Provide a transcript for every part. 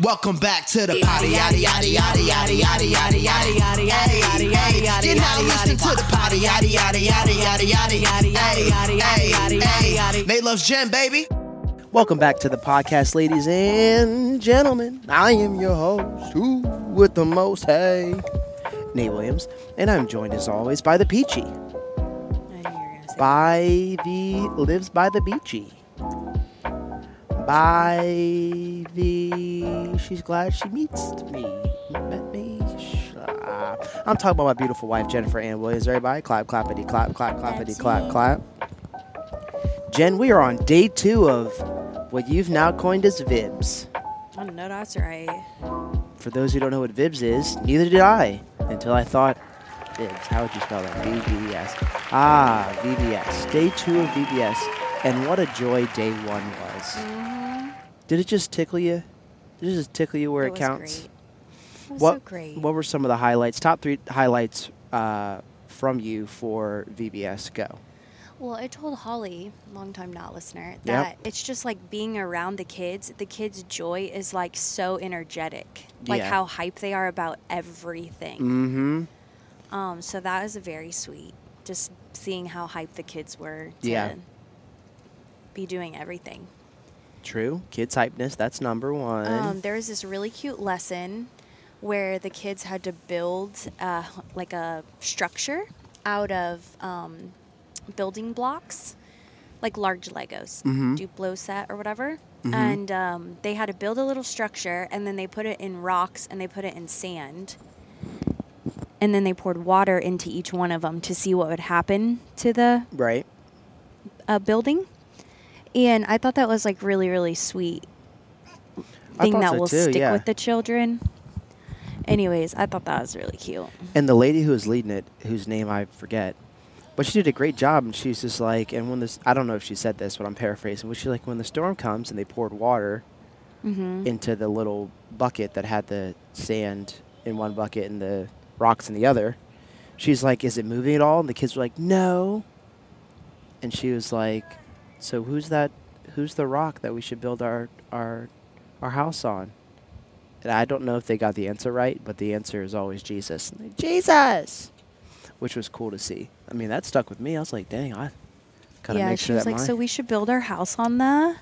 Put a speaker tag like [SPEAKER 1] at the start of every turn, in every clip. [SPEAKER 1] Welcome back to the potty, yaddy, yaddy, yaddy, yaddy, yaddy, yaddy, yaddy, yaddy, yaddy, yaddy, yaddy. You're now listening to the potty, yaddy, yaddy, yaddy, yaddy, yaddy, yaddy, yaddy, yaddy, yaddy, yaddy. Nate loves Jen, baby.
[SPEAKER 2] Welcome back to the podcast, ladies and gentlemen. I am your host, who with the most, hey, Nate Williams, and I'm joined as always by the Peachy, by the lives by the Beachy, by the she's glad she meets me, met me. Ah, I'm talking about my beautiful wife, Jennifer Ann Williams. Everybody, clap, clappity, clap, clap, clappity,
[SPEAKER 3] That's
[SPEAKER 2] clap,
[SPEAKER 3] me.
[SPEAKER 2] clap. Jen, we are on day two of what you've now coined as Vibs.
[SPEAKER 3] Oh, no, that's right.
[SPEAKER 2] For those who don't know what Vibs is, neither did I until I thought, Vibs, how would you spell that? VBS. Ah, VBS. Day two of VBS. And what a joy day one was.
[SPEAKER 3] Mm-hmm.
[SPEAKER 2] Did it just tickle you? Did it just tickle you where
[SPEAKER 3] That
[SPEAKER 2] it,
[SPEAKER 3] was
[SPEAKER 2] counts?
[SPEAKER 3] great. That was
[SPEAKER 2] what,
[SPEAKER 3] so great.
[SPEAKER 2] What were some of the highlights, top three highlights uh, from you for VBS Go?
[SPEAKER 3] Well, I told Holly, longtime not listener,
[SPEAKER 2] Yep.
[SPEAKER 3] that it's just like being around the kids. The kids' joy is like so energetic, like
[SPEAKER 2] Yeah.
[SPEAKER 3] how hype they are about everything.
[SPEAKER 2] Mm hmm.
[SPEAKER 3] Um, so that was very sweet. Just seeing how hype the kids were to
[SPEAKER 2] Yeah.
[SPEAKER 3] be doing everything.
[SPEAKER 2] True. Kids hypeness, that's number one.
[SPEAKER 3] Um, there was this really cute lesson where the kids had to build uh, like a structure out of um, building blocks, like large Legos, Duplo set or whatever. And um, they had to build a little structure, and then they put it in rocks and they put it in sand. And then they poured water into each one of them to see what would happen to the
[SPEAKER 2] right.
[SPEAKER 3] uh, building. And I thought that was like really, really sweet
[SPEAKER 2] I
[SPEAKER 3] thing
[SPEAKER 2] thought
[SPEAKER 3] that
[SPEAKER 2] so
[SPEAKER 3] will
[SPEAKER 2] too,
[SPEAKER 3] stick
[SPEAKER 2] yeah.
[SPEAKER 3] with the children. Anyways, I thought that was really cute.
[SPEAKER 2] And the lady who was leading it, whose name I forget, but she did a great job. And she's just like, and when this, I don't know if she said this, but I'm paraphrasing. But she's like, when the storm comes and they poured water into the little bucket that had the sand in one bucket and the rocks in the other, she's like, is it moving at all? And the kids were like, no. And she was like, so who's that? Who's the rock that we should build our our our house on? And I don't know if they got the answer right, but the answer is always Jesus. And they, Jesus, which was cool to see. I mean, that stuck with me. I was like, dang, I gotta
[SPEAKER 3] yeah,
[SPEAKER 2] make
[SPEAKER 3] she
[SPEAKER 2] sure
[SPEAKER 3] was
[SPEAKER 2] that
[SPEAKER 3] like,
[SPEAKER 2] my
[SPEAKER 3] "So we should build our house on that,"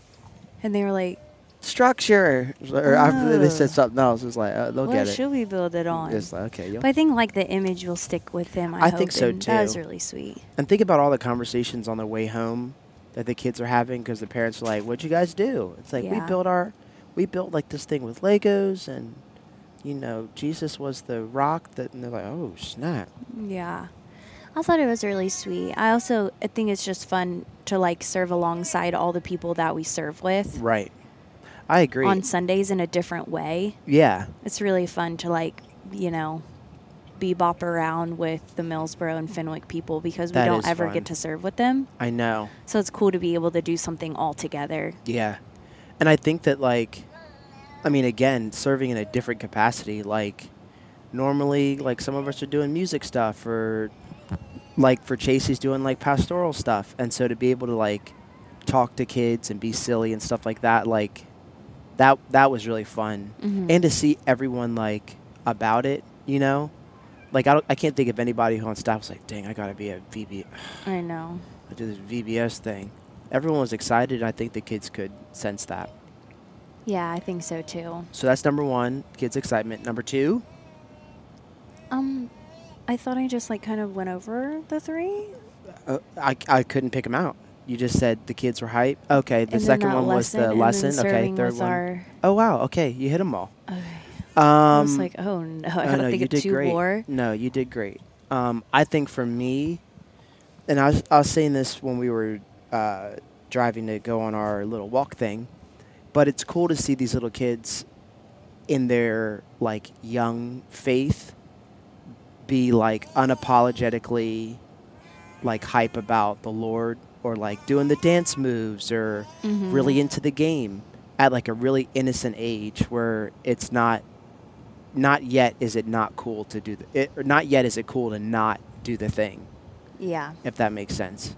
[SPEAKER 3] and they were like,
[SPEAKER 2] structure. Or I, they said
[SPEAKER 3] Oh.
[SPEAKER 2] something else. It was like, uh, they'll
[SPEAKER 3] "What
[SPEAKER 2] get it.
[SPEAKER 3] should we build it on?"
[SPEAKER 2] It's like, okay, you'll-
[SPEAKER 3] but I think like the image will stick with them. I,
[SPEAKER 2] I
[SPEAKER 3] hope,
[SPEAKER 2] think so,
[SPEAKER 3] and That was
[SPEAKER 2] too.
[SPEAKER 3] really sweet.
[SPEAKER 2] And think about all the conversations on the way home that the kids are having because the parents are like, "What'd you guys do?" It's like we
[SPEAKER 3] Yeah.
[SPEAKER 2] built our, we built like this thing with Legos, and you know Jesus was the rock that, and they're like, "Oh snap!"
[SPEAKER 3] Yeah. I thought it was really sweet. I also I think it's just fun to like serve alongside all the people that we serve with
[SPEAKER 2] Right. I agree.
[SPEAKER 3] on Sundays in a different way.
[SPEAKER 2] yeah,
[SPEAKER 3] it's really fun to like you know bebop around with the Millsboro and Fenwick people because we
[SPEAKER 2] That
[SPEAKER 3] don't
[SPEAKER 2] is
[SPEAKER 3] ever
[SPEAKER 2] fun.
[SPEAKER 3] get to serve with them.
[SPEAKER 2] I know.
[SPEAKER 3] So it's cool to be able to do something all together.
[SPEAKER 2] Yeah. And I think that, like, I mean, again, serving in a different capacity, like, normally, like, some of us are doing music stuff or, like, for Chase, he's doing, like, pastoral stuff. And so to be able to, like, talk to kids and be silly and stuff like that, like, that, that was really fun. And to see everyone, like, about it, you know? Like, I, don't, I can't think of anybody who on staff was like, dang, I gotta be a VB.
[SPEAKER 3] I know.
[SPEAKER 2] I do this VBS thing. Everyone was excited. and I think the kids could sense that.
[SPEAKER 3] Yeah, I think so too.
[SPEAKER 2] So that's number one, kids' excitement. Number two,
[SPEAKER 3] Um, I thought I just like kind of went over the three.
[SPEAKER 2] uh, I, I couldn't pick them out. You just said the kids were hype. Okay, the
[SPEAKER 3] And then
[SPEAKER 2] second
[SPEAKER 3] that
[SPEAKER 2] one was
[SPEAKER 3] lesson,
[SPEAKER 2] the
[SPEAKER 3] and then
[SPEAKER 2] lesson. Okay,
[SPEAKER 3] serving
[SPEAKER 2] third
[SPEAKER 3] with
[SPEAKER 2] one.
[SPEAKER 3] our-
[SPEAKER 2] Oh wow. Okay, you hit them all.
[SPEAKER 3] Okay.
[SPEAKER 2] Um,
[SPEAKER 3] I was like, oh no, I
[SPEAKER 2] Oh,
[SPEAKER 3] gotta
[SPEAKER 2] no,
[SPEAKER 3] think
[SPEAKER 2] you
[SPEAKER 3] of
[SPEAKER 2] did
[SPEAKER 3] two
[SPEAKER 2] great.
[SPEAKER 3] more.
[SPEAKER 2] No, you did great. Um, I think for me, and I was, I was saying this when we were uh, driving to go on our little walk thing, but it's cool to see these little kids in their like young faith be like unapologetically like hype about the Lord or like doing the dance moves or
[SPEAKER 3] Mm-hmm.
[SPEAKER 2] really into the game at like a really innocent age where it's not not yet is it not cool to do the it, or not yet is it cool to not do the thing
[SPEAKER 3] Yeah,
[SPEAKER 2] if that makes sense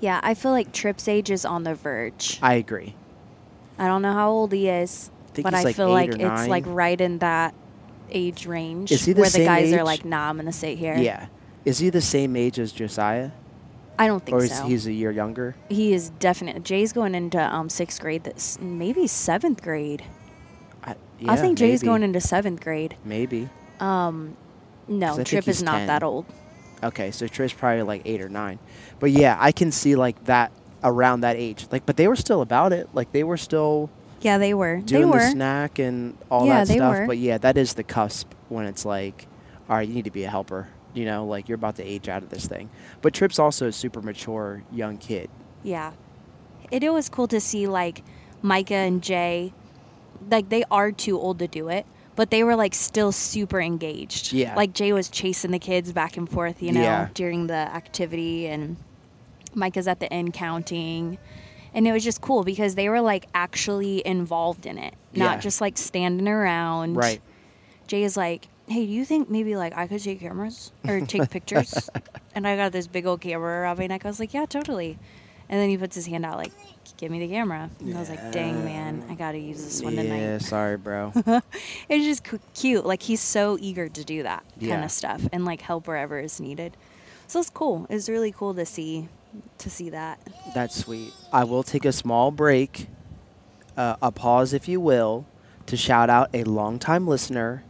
[SPEAKER 3] yeah. I feel like Trip's age is on the verge.
[SPEAKER 2] i agree
[SPEAKER 3] I don't know how old he is.
[SPEAKER 2] i think
[SPEAKER 3] but
[SPEAKER 2] he's
[SPEAKER 3] I
[SPEAKER 2] like
[SPEAKER 3] feel
[SPEAKER 2] eight
[SPEAKER 3] like
[SPEAKER 2] or
[SPEAKER 3] it's
[SPEAKER 2] nine.
[SPEAKER 3] like right in that age range
[SPEAKER 2] Is he the
[SPEAKER 3] where the
[SPEAKER 2] same
[SPEAKER 3] guys
[SPEAKER 2] age?
[SPEAKER 3] are like, nah, I'm gonna stay here.
[SPEAKER 2] yeah. Is he the same age as Josiah,
[SPEAKER 3] I don't think
[SPEAKER 2] or is
[SPEAKER 3] so.
[SPEAKER 2] he's a year younger?
[SPEAKER 3] he is definite. Jay's going into um, sixth grade. That's maybe seventh grade.
[SPEAKER 2] I,
[SPEAKER 3] I
[SPEAKER 2] yeah,
[SPEAKER 3] think Jay's
[SPEAKER 2] maybe.
[SPEAKER 3] going into seventh grade. Um,
[SPEAKER 2] maybe. I
[SPEAKER 3] No,
[SPEAKER 2] think
[SPEAKER 3] Trip
[SPEAKER 2] he's
[SPEAKER 3] is not
[SPEAKER 2] 10.
[SPEAKER 3] that old.
[SPEAKER 2] Okay, so Trey's probably like eight or nine, but yeah, I can see like that around that age. Like, but they were still about it. Like they were still
[SPEAKER 3] Yeah, they were.
[SPEAKER 2] doing
[SPEAKER 3] they were.
[SPEAKER 2] the snack and all
[SPEAKER 3] Yeah,
[SPEAKER 2] that
[SPEAKER 3] they
[SPEAKER 2] stuff.
[SPEAKER 3] were.
[SPEAKER 2] But yeah, that is the cusp when it's like, all right, you need to be a helper. You know, like you're about to age out of this thing. But Tripp's also a super mature young kid.
[SPEAKER 3] Yeah. It, it was cool to see like Micah and Jay, like they are too old to do it, but they were like still super engaged.
[SPEAKER 2] Yeah.
[SPEAKER 3] Like Jay was chasing the kids back and forth, you know,
[SPEAKER 2] Yeah.
[SPEAKER 3] during the activity and Micah's at the end counting. And it was just cool because they were like actually involved in it, not
[SPEAKER 2] Yeah.
[SPEAKER 3] just like standing around.
[SPEAKER 2] Right.
[SPEAKER 3] Jay is like, "Hey, do you think maybe like I could take cameras or take pictures?" And I got this big old camera around my neck. I was like, "Yeah, totally." And then he puts his hand out like, "Give me the camera." And I was like, "Dang, man, I gotta use this one
[SPEAKER 2] yeah,
[SPEAKER 3] tonight."
[SPEAKER 2] sorry, bro.
[SPEAKER 3] It was just cu- cute. Like he's so eager to do that kind
[SPEAKER 2] Yeah.
[SPEAKER 3] of stuff and like help wherever is needed. So it's cool. It was really cool to see to see that.
[SPEAKER 2] That's sweet. I will take a small break, uh, a pause, if you will, to shout out a longtime listener,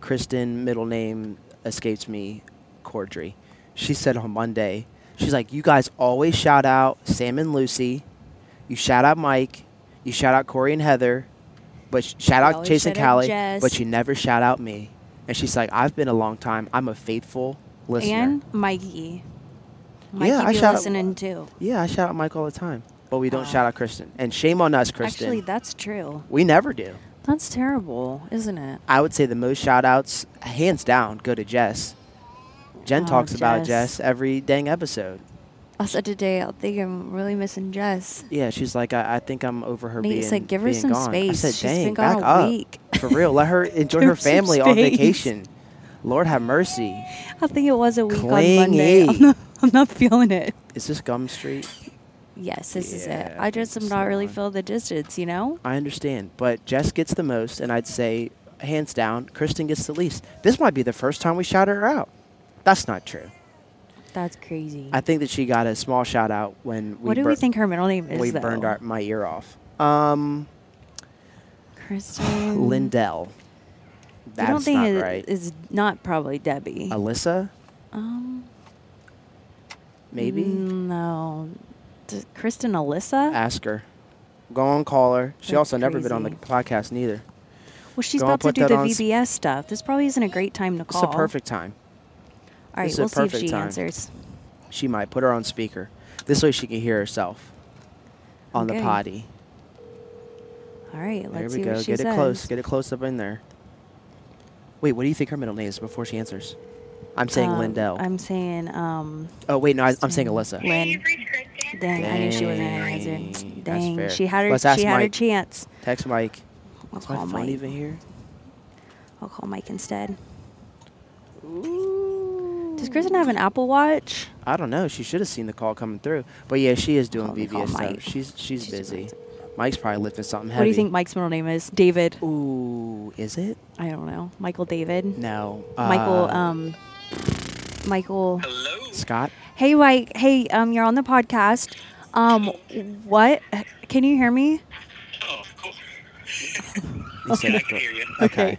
[SPEAKER 2] Kristen, middle name escapes me, Cordry. She said on Monday, she's like, You guys always shout out Sam and Lucy. You shout out Mike. You shout out Corey and Heather. But sh- shout out
[SPEAKER 3] always
[SPEAKER 2] Chase and
[SPEAKER 3] shout out
[SPEAKER 2] Callie.
[SPEAKER 3] Jess.
[SPEAKER 2] But you never shout out me. And she's like, I've been a long time. I'm a faithful listener.
[SPEAKER 3] And Mikey, Mikey
[SPEAKER 2] I
[SPEAKER 3] be
[SPEAKER 2] shout-
[SPEAKER 3] listening too.
[SPEAKER 2] Yeah, I shout out Mike all the time, but we don't
[SPEAKER 3] Wow.
[SPEAKER 2] shout out Kristen. And shame on us, Kristen.
[SPEAKER 3] Actually, that's true.
[SPEAKER 2] we never do.
[SPEAKER 3] That's terrible, isn't it?
[SPEAKER 2] I would say the most shout outs, hands down, go to Jess. Jen
[SPEAKER 3] Oh,
[SPEAKER 2] talks about
[SPEAKER 3] Jess.
[SPEAKER 2] Jess every dang episode.
[SPEAKER 3] I said today, I think I'm really missing Jess.
[SPEAKER 2] Yeah, she's like, I, I think I'm over her
[SPEAKER 3] Nate
[SPEAKER 2] being,
[SPEAKER 3] said, "Give her
[SPEAKER 2] being
[SPEAKER 3] some
[SPEAKER 2] gone."
[SPEAKER 3] space.
[SPEAKER 2] I said,
[SPEAKER 3] She's
[SPEAKER 2] dang,
[SPEAKER 3] been
[SPEAKER 2] back
[SPEAKER 3] gone a
[SPEAKER 2] up.
[SPEAKER 3] week."
[SPEAKER 2] For real, let her enjoy
[SPEAKER 3] Give
[SPEAKER 2] her
[SPEAKER 3] her some
[SPEAKER 2] family on
[SPEAKER 3] space.
[SPEAKER 2] vacation. Lord have mercy.
[SPEAKER 3] I think it was a week on Monday. I'm
[SPEAKER 2] Clingy.
[SPEAKER 3] not, I'm not feeling it.
[SPEAKER 2] Is this Gum Street?
[SPEAKER 3] Yes, this is it.
[SPEAKER 2] Yeah,
[SPEAKER 3] I just am
[SPEAKER 2] it's
[SPEAKER 3] not really
[SPEAKER 2] not.
[SPEAKER 3] feel the distance, you know?
[SPEAKER 2] I understand, but Jess gets the most, and I'd say, hands down, Kristen gets the least. This might be the first time we shout her out. That's not true.
[SPEAKER 3] That's crazy.
[SPEAKER 2] I think that she got a small shout out when we
[SPEAKER 3] what do we
[SPEAKER 2] bur-
[SPEAKER 3] think her middle name is,
[SPEAKER 2] we
[SPEAKER 3] though?
[SPEAKER 2] burned our, my ear off. Um,
[SPEAKER 3] Kristen.
[SPEAKER 2] Lindell.
[SPEAKER 3] I Mm. don't
[SPEAKER 2] That's
[SPEAKER 3] think
[SPEAKER 2] not
[SPEAKER 3] it-
[SPEAKER 2] right.
[SPEAKER 3] it's not probably Debbie.
[SPEAKER 2] Alyssa,
[SPEAKER 3] um,
[SPEAKER 2] maybe.
[SPEAKER 3] No. D- Kristen Alyssa?
[SPEAKER 2] Ask her. Go on, call her. She
[SPEAKER 3] That's
[SPEAKER 2] also never been on the
[SPEAKER 3] crazy.
[SPEAKER 2] podcast neither.
[SPEAKER 3] well, she's
[SPEAKER 2] go
[SPEAKER 3] about to
[SPEAKER 2] put
[SPEAKER 3] do
[SPEAKER 2] that
[SPEAKER 3] the
[SPEAKER 2] on s-
[SPEAKER 3] VBS stuff. This probably isn't a great time to call.
[SPEAKER 2] It's a perfect time.
[SPEAKER 3] All right,
[SPEAKER 2] this is a
[SPEAKER 3] we'll see if
[SPEAKER 2] perfect
[SPEAKER 3] she
[SPEAKER 2] time.
[SPEAKER 3] answers.
[SPEAKER 2] She might put her on speaker. This way she can hear herself on the
[SPEAKER 3] Okay.
[SPEAKER 2] potty.
[SPEAKER 3] All right,
[SPEAKER 2] There
[SPEAKER 3] let's
[SPEAKER 2] we
[SPEAKER 3] see
[SPEAKER 2] go.
[SPEAKER 3] what she
[SPEAKER 2] Get it
[SPEAKER 3] says.
[SPEAKER 2] close. Get it close up in there. Wait, what do you think her middle name is before she answers? I'm saying
[SPEAKER 3] Um,
[SPEAKER 2] Lindell.
[SPEAKER 3] I'm saying um,
[SPEAKER 2] oh, wait, no, I, I'm saying Alyssa.
[SPEAKER 3] Lynn.
[SPEAKER 1] You've reached Kristen.
[SPEAKER 3] Dang, I knew she wasn't gonna answer.
[SPEAKER 2] Dang, that's
[SPEAKER 3] Dang,
[SPEAKER 2] fair.
[SPEAKER 3] she had her.
[SPEAKER 2] Let's ask
[SPEAKER 3] she had her
[SPEAKER 2] Mike.
[SPEAKER 3] chance.
[SPEAKER 2] Text Mike.
[SPEAKER 3] I'll
[SPEAKER 2] Is my
[SPEAKER 3] call
[SPEAKER 2] phone
[SPEAKER 3] Mike.
[SPEAKER 2] even here?
[SPEAKER 3] I'll call Mike instead. Does Kristen have an Apple Watch?
[SPEAKER 2] I don't know. She should have seen the call coming through. But yeah, she is doing
[SPEAKER 3] Call the call,
[SPEAKER 2] VBS stuff.
[SPEAKER 3] Mike.
[SPEAKER 2] She's she's
[SPEAKER 3] She's doing
[SPEAKER 2] busy.
[SPEAKER 3] it.
[SPEAKER 2] Mike's probably lifting something heavy.
[SPEAKER 3] What do you think Mike's middle name is? David.
[SPEAKER 2] Ooh, is it?
[SPEAKER 3] I don't know. Michael David.
[SPEAKER 2] No.
[SPEAKER 3] Michael.
[SPEAKER 2] uh,
[SPEAKER 3] Um. Michael.
[SPEAKER 1] Hello.
[SPEAKER 2] Scott.
[SPEAKER 3] Hey, Mike. Hey, um, you're on the podcast. Um, what? Can you hear me?
[SPEAKER 1] Oh, of course.
[SPEAKER 2] He said
[SPEAKER 1] I
[SPEAKER 2] it
[SPEAKER 1] can hear you.
[SPEAKER 2] Okay.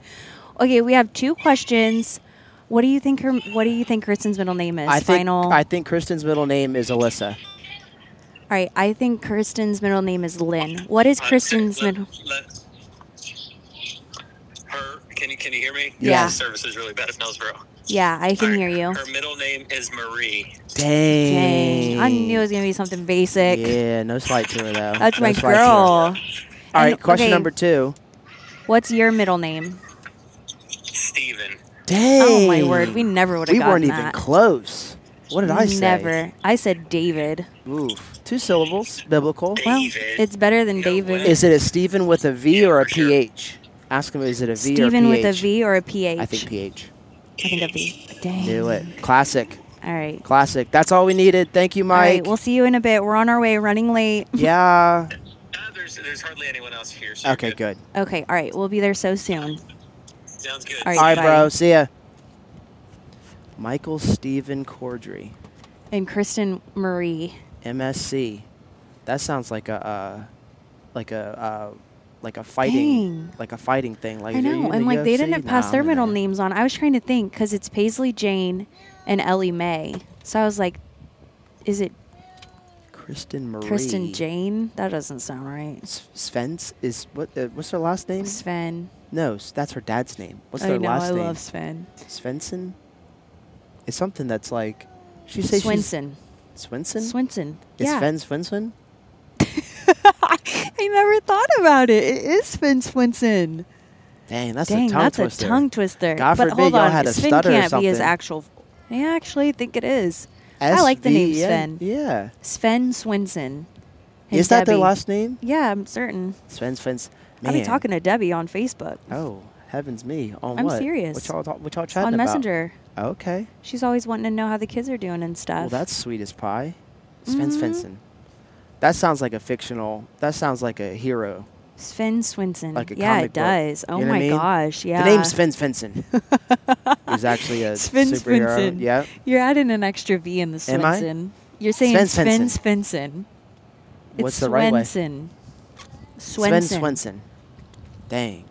[SPEAKER 3] Okay, we have two questions. What do you think her? What do you think Kristen's middle name is?
[SPEAKER 2] I think
[SPEAKER 3] Final.
[SPEAKER 2] I think Kristen's middle name is Alyssa.
[SPEAKER 3] All right, I think Kristen's middle name is Lynn. What is
[SPEAKER 1] Okay,
[SPEAKER 3] Kristen's
[SPEAKER 1] let-
[SPEAKER 3] middle?
[SPEAKER 1] let- her. Can you can you hear me?
[SPEAKER 3] Yeah.
[SPEAKER 1] The service is really bad at Millsboro.
[SPEAKER 3] Yeah, I can hear you.
[SPEAKER 1] Her middle name is Marie.
[SPEAKER 2] Dang.
[SPEAKER 3] Dang, I knew it was gonna be something basic.
[SPEAKER 2] Yeah, no slight to her though.
[SPEAKER 3] That's
[SPEAKER 2] No
[SPEAKER 3] my
[SPEAKER 2] slight to her. All
[SPEAKER 3] girl.
[SPEAKER 2] right,
[SPEAKER 3] And-
[SPEAKER 2] question
[SPEAKER 3] okay,
[SPEAKER 2] number two.
[SPEAKER 3] What's your middle name?
[SPEAKER 1] Steven.
[SPEAKER 2] Dang.
[SPEAKER 3] Oh my word, we never would have
[SPEAKER 2] we
[SPEAKER 3] gotten
[SPEAKER 2] weren't even
[SPEAKER 3] that.
[SPEAKER 2] close. What did I say?
[SPEAKER 3] Never. I said David.
[SPEAKER 2] Oof. Two syllables. Biblical.
[SPEAKER 1] David.
[SPEAKER 3] Well, it's better than
[SPEAKER 1] No
[SPEAKER 3] David.
[SPEAKER 1] way.
[SPEAKER 2] Is it a Stephen with a V
[SPEAKER 1] Yeah,
[SPEAKER 2] or a
[SPEAKER 1] for sure.
[SPEAKER 2] PH? Ask him, is it a V or
[SPEAKER 3] Stephen
[SPEAKER 2] PH?
[SPEAKER 3] with a V or a PH?
[SPEAKER 2] I think PH.
[SPEAKER 3] I think a V. Dang.
[SPEAKER 2] Do it. Classic.
[SPEAKER 3] All right.
[SPEAKER 2] Classic. That's all we needed. Thank you,
[SPEAKER 3] All
[SPEAKER 2] Mike.
[SPEAKER 3] right. We'll see you in a bit. We're on our way, running late.
[SPEAKER 2] yeah.
[SPEAKER 1] Ah, there's there's there's hardly anyone else here. So you're
[SPEAKER 2] Okay, good.
[SPEAKER 3] Okay, all right. We'll be there so soon.
[SPEAKER 1] Sounds good.
[SPEAKER 3] All
[SPEAKER 2] All right,
[SPEAKER 3] Bye.
[SPEAKER 2] bro. See ya. Michael Stephen Cordry,
[SPEAKER 3] And Kristen Marie.
[SPEAKER 2] MSC. That sounds like a, uh, like a, uh, like a fighting,
[SPEAKER 3] Dang.
[SPEAKER 2] like a fighting thing. Like
[SPEAKER 3] I
[SPEAKER 2] "Are you
[SPEAKER 3] know.
[SPEAKER 2] in
[SPEAKER 3] And
[SPEAKER 2] the
[SPEAKER 3] like they
[SPEAKER 2] UFC?"
[SPEAKER 3] didn't
[SPEAKER 2] Nah,
[SPEAKER 3] pass
[SPEAKER 2] I'm
[SPEAKER 3] their
[SPEAKER 2] in
[SPEAKER 3] middle
[SPEAKER 2] it.
[SPEAKER 3] names on. I was trying to think because it's Paisley Jane and Ellie Mae. So I was like, is it
[SPEAKER 2] Kristen Marie.
[SPEAKER 3] Kristen Jane? That doesn't sound right.
[SPEAKER 2] S- Svens is what? Uh, what's her last name?
[SPEAKER 3] Sven.
[SPEAKER 2] no, s- that's her dad's name. What's
[SPEAKER 3] I
[SPEAKER 2] their
[SPEAKER 3] know.
[SPEAKER 2] last
[SPEAKER 3] I
[SPEAKER 2] name?
[SPEAKER 3] love Sven.
[SPEAKER 2] Svensson. It's something that's like. She says
[SPEAKER 3] Swinson.
[SPEAKER 2] She's, Swinson.
[SPEAKER 3] Swinson.
[SPEAKER 2] Is
[SPEAKER 3] yeah.
[SPEAKER 2] Sven Swinson?
[SPEAKER 3] I never thought about it. It is Sven Swinson.
[SPEAKER 2] Dang, that's
[SPEAKER 3] Dang,
[SPEAKER 2] a tongue
[SPEAKER 3] that's
[SPEAKER 2] twister.
[SPEAKER 3] a tongue twister.
[SPEAKER 2] God
[SPEAKER 3] but
[SPEAKER 2] forbid
[SPEAKER 3] hold
[SPEAKER 2] y'all
[SPEAKER 3] on,
[SPEAKER 2] had a
[SPEAKER 3] Sven
[SPEAKER 2] stutter or
[SPEAKER 3] can't be his
[SPEAKER 2] something.
[SPEAKER 3] actual. I actually think it is. I like the name
[SPEAKER 2] SVN.
[SPEAKER 3] Sven.
[SPEAKER 2] Yeah.
[SPEAKER 3] Sven Swinson. and
[SPEAKER 2] Is that their
[SPEAKER 3] Debbie.
[SPEAKER 2] last name?
[SPEAKER 3] Yeah, I'm certain.
[SPEAKER 2] Sven Svens.
[SPEAKER 3] I'll
[SPEAKER 2] Man.
[SPEAKER 3] be talking to Debbie on Facebook,
[SPEAKER 2] Oh, heavens me. On
[SPEAKER 3] I'm
[SPEAKER 2] what?
[SPEAKER 3] serious.
[SPEAKER 2] What y'all, talk- what y'all chatting
[SPEAKER 3] on
[SPEAKER 2] about?
[SPEAKER 3] Messenger.
[SPEAKER 2] Okay.
[SPEAKER 3] She's always wanting to know how the kids are doing and stuff.
[SPEAKER 2] Well, that's sweet as pie. Sven
[SPEAKER 3] Mhm.
[SPEAKER 2] Svensson. That sounds like a fictional. That sounds like a hero.
[SPEAKER 3] Sven Swinson.
[SPEAKER 2] Like a
[SPEAKER 3] yeah,
[SPEAKER 2] comic book.
[SPEAKER 3] it does.
[SPEAKER 2] You
[SPEAKER 3] Oh
[SPEAKER 2] know what
[SPEAKER 3] my
[SPEAKER 2] I mean?
[SPEAKER 3] gosh. Yeah.
[SPEAKER 2] The name's Sven Svensson. He's actually a
[SPEAKER 3] Sven
[SPEAKER 2] superhero.
[SPEAKER 3] Svensson.
[SPEAKER 2] Yeah.
[SPEAKER 3] You're adding an extra V in the Swinson.
[SPEAKER 2] Am I?
[SPEAKER 3] You're saying
[SPEAKER 2] Sven
[SPEAKER 3] Sven
[SPEAKER 2] Svensson.
[SPEAKER 3] Svensson. It's
[SPEAKER 2] What's the right way?
[SPEAKER 3] Swenson.
[SPEAKER 2] Sven
[SPEAKER 3] Swenson.
[SPEAKER 2] Swenson. Dang.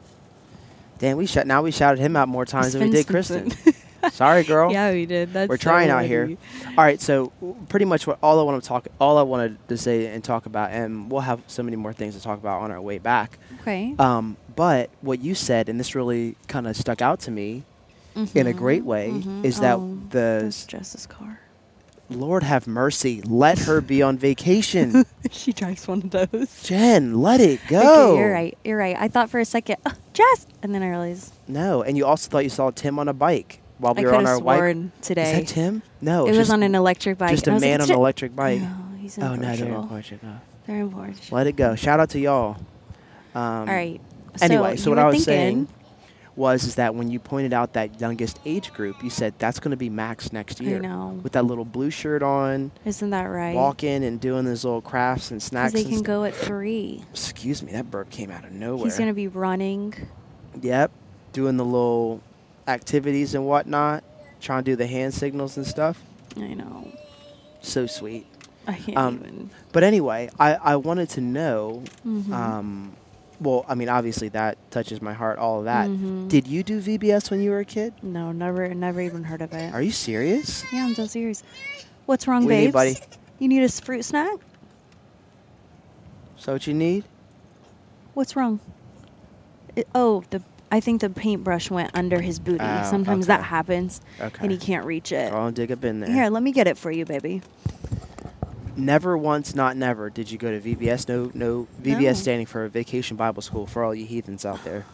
[SPEAKER 2] Dang, we shut now we shouted him out more times than we
[SPEAKER 3] Sven
[SPEAKER 2] did
[SPEAKER 3] Svensson.
[SPEAKER 2] Kristen. Sorry, girl.
[SPEAKER 3] Yeah, we did. That's
[SPEAKER 2] We're
[SPEAKER 3] so
[SPEAKER 2] trying out here.
[SPEAKER 3] funny.
[SPEAKER 2] All right, so pretty much what all I want to talk, all I wanted to say and talk about, and we'll have so many more things to talk about on our way back.
[SPEAKER 3] Okay.
[SPEAKER 2] Um, but what you said, and this really kind of stuck out to me in a great way, is that
[SPEAKER 3] Oh,
[SPEAKER 2] the
[SPEAKER 3] That's Jess's car.
[SPEAKER 2] Lord have mercy, let her be on vacation,
[SPEAKER 3] she drives one of those.
[SPEAKER 2] Jen, let it go.
[SPEAKER 3] Okay, you're right. You're right. I thought for a second, oh, Jess, and then I realized
[SPEAKER 2] No, and you also thought you saw Tim on a bike while we
[SPEAKER 3] I
[SPEAKER 2] were
[SPEAKER 3] could
[SPEAKER 2] on
[SPEAKER 3] have
[SPEAKER 2] our bike.
[SPEAKER 3] sworn
[SPEAKER 2] Is
[SPEAKER 3] today.
[SPEAKER 2] that Tim? No,
[SPEAKER 3] It
[SPEAKER 2] it's
[SPEAKER 3] was
[SPEAKER 2] just,
[SPEAKER 3] on an electric bike.
[SPEAKER 2] just
[SPEAKER 3] and
[SPEAKER 2] a
[SPEAKER 3] I was like,
[SPEAKER 2] man
[SPEAKER 3] "It's
[SPEAKER 2] on an
[SPEAKER 3] Je-"
[SPEAKER 2] electric bike.
[SPEAKER 3] No, he's in
[SPEAKER 2] oh no, they're in
[SPEAKER 3] Portugal.
[SPEAKER 2] Portugal.
[SPEAKER 3] They're in Portugal.
[SPEAKER 2] Let it go. Shout out to y'all. Um,
[SPEAKER 3] All right.
[SPEAKER 2] Anyway, so,
[SPEAKER 3] you
[SPEAKER 2] what
[SPEAKER 3] were
[SPEAKER 2] I was
[SPEAKER 3] thinking-
[SPEAKER 2] saying was is that when you pointed out that youngest age group, you said that's going to be Max next
[SPEAKER 3] I
[SPEAKER 2] year.
[SPEAKER 3] know.
[SPEAKER 2] With that little blue shirt on,
[SPEAKER 3] isn't that right?
[SPEAKER 2] walking and doing his little crafts and
[SPEAKER 3] Because
[SPEAKER 2] snacks.
[SPEAKER 3] they
[SPEAKER 2] and
[SPEAKER 3] can
[SPEAKER 2] st-
[SPEAKER 3] go at three.
[SPEAKER 2] Excuse me, that burp came out of nowhere.
[SPEAKER 3] He's gonna be running.
[SPEAKER 2] Yep, doing the little activities and whatnot, trying to do the hand signals and stuff.
[SPEAKER 3] I know.
[SPEAKER 2] So sweet.
[SPEAKER 3] I can't
[SPEAKER 2] Um,
[SPEAKER 3] even.
[SPEAKER 2] But anyway, I, I wanted to know.
[SPEAKER 3] Mhm.
[SPEAKER 2] Um, well, I mean, obviously that touches my heart. All of that.
[SPEAKER 3] Mhm.
[SPEAKER 2] Did you do VBS when you were a kid?
[SPEAKER 3] No, never, never even heard of it.
[SPEAKER 2] Are you serious?
[SPEAKER 3] yeah, I'm so serious. What's wrong,
[SPEAKER 2] What do you need,
[SPEAKER 3] babes?
[SPEAKER 2] buddy?
[SPEAKER 3] You need a s- fruit snack?
[SPEAKER 2] So what you need?
[SPEAKER 3] What's wrong? It- oh, the I think the paintbrush went under his booty.
[SPEAKER 2] Oh,
[SPEAKER 3] Sometimes
[SPEAKER 2] okay.
[SPEAKER 3] that happens,
[SPEAKER 2] Okay.
[SPEAKER 3] and he can't reach it.
[SPEAKER 2] Go and dig up in there.
[SPEAKER 3] Here, let me get it for you, baby.
[SPEAKER 2] Never once, not never, did you go to VBS. No, no. VBS
[SPEAKER 3] No.
[SPEAKER 2] standing for Vacation Bible School for all you heathens out there.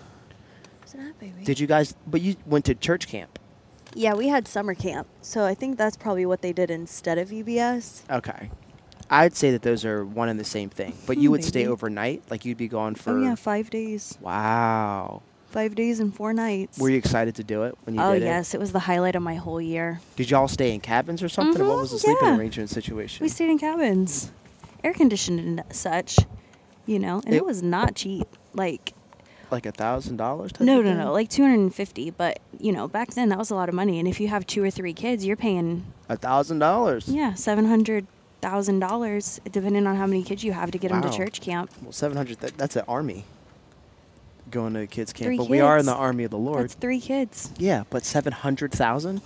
[SPEAKER 3] What's that, baby?
[SPEAKER 2] Did you guys? But you went to church camp.
[SPEAKER 3] Yeah, we had summer camp, so I think that's probably what they did instead of UBS.
[SPEAKER 2] Okay. I'd say that those are one and the same thing. But you
[SPEAKER 3] Hmm,
[SPEAKER 2] would stay
[SPEAKER 3] baby.
[SPEAKER 2] overnight. Like you'd be gone for.
[SPEAKER 3] Oh yeah, five days,
[SPEAKER 2] Wow.
[SPEAKER 3] five days and four nights.
[SPEAKER 2] Were you excited to do it when you
[SPEAKER 3] oh
[SPEAKER 2] did it?
[SPEAKER 3] yes, it was the highlight of my whole year.
[SPEAKER 2] Did y'all stay in cabins or something? or what
[SPEAKER 3] Mhm,
[SPEAKER 2] was the sleeping
[SPEAKER 3] yeah.
[SPEAKER 2] arrangement situation?
[SPEAKER 3] We stayed in cabins, air conditioned and such, you know, and it,
[SPEAKER 2] It-
[SPEAKER 3] was not cheap. Like
[SPEAKER 2] like a thousand dollars? type
[SPEAKER 3] no,
[SPEAKER 2] of
[SPEAKER 3] no,
[SPEAKER 2] thing?
[SPEAKER 3] no, like two hundred and fifty. But you know, back then that was a lot of money, and if you have two or three kids, you're paying
[SPEAKER 2] a thousand dollars.
[SPEAKER 3] yeah seven hundred thousand dollars, depending on how many kids you have to get them
[SPEAKER 2] Wow.
[SPEAKER 3] to church camp.
[SPEAKER 2] Well, seven hundred. That, that's an army. Going to a kids camp,
[SPEAKER 3] Three
[SPEAKER 2] but we are in
[SPEAKER 3] kids.
[SPEAKER 2] the army of the Lord.
[SPEAKER 3] That's three kids.
[SPEAKER 2] yeah, but seven hundred thousand.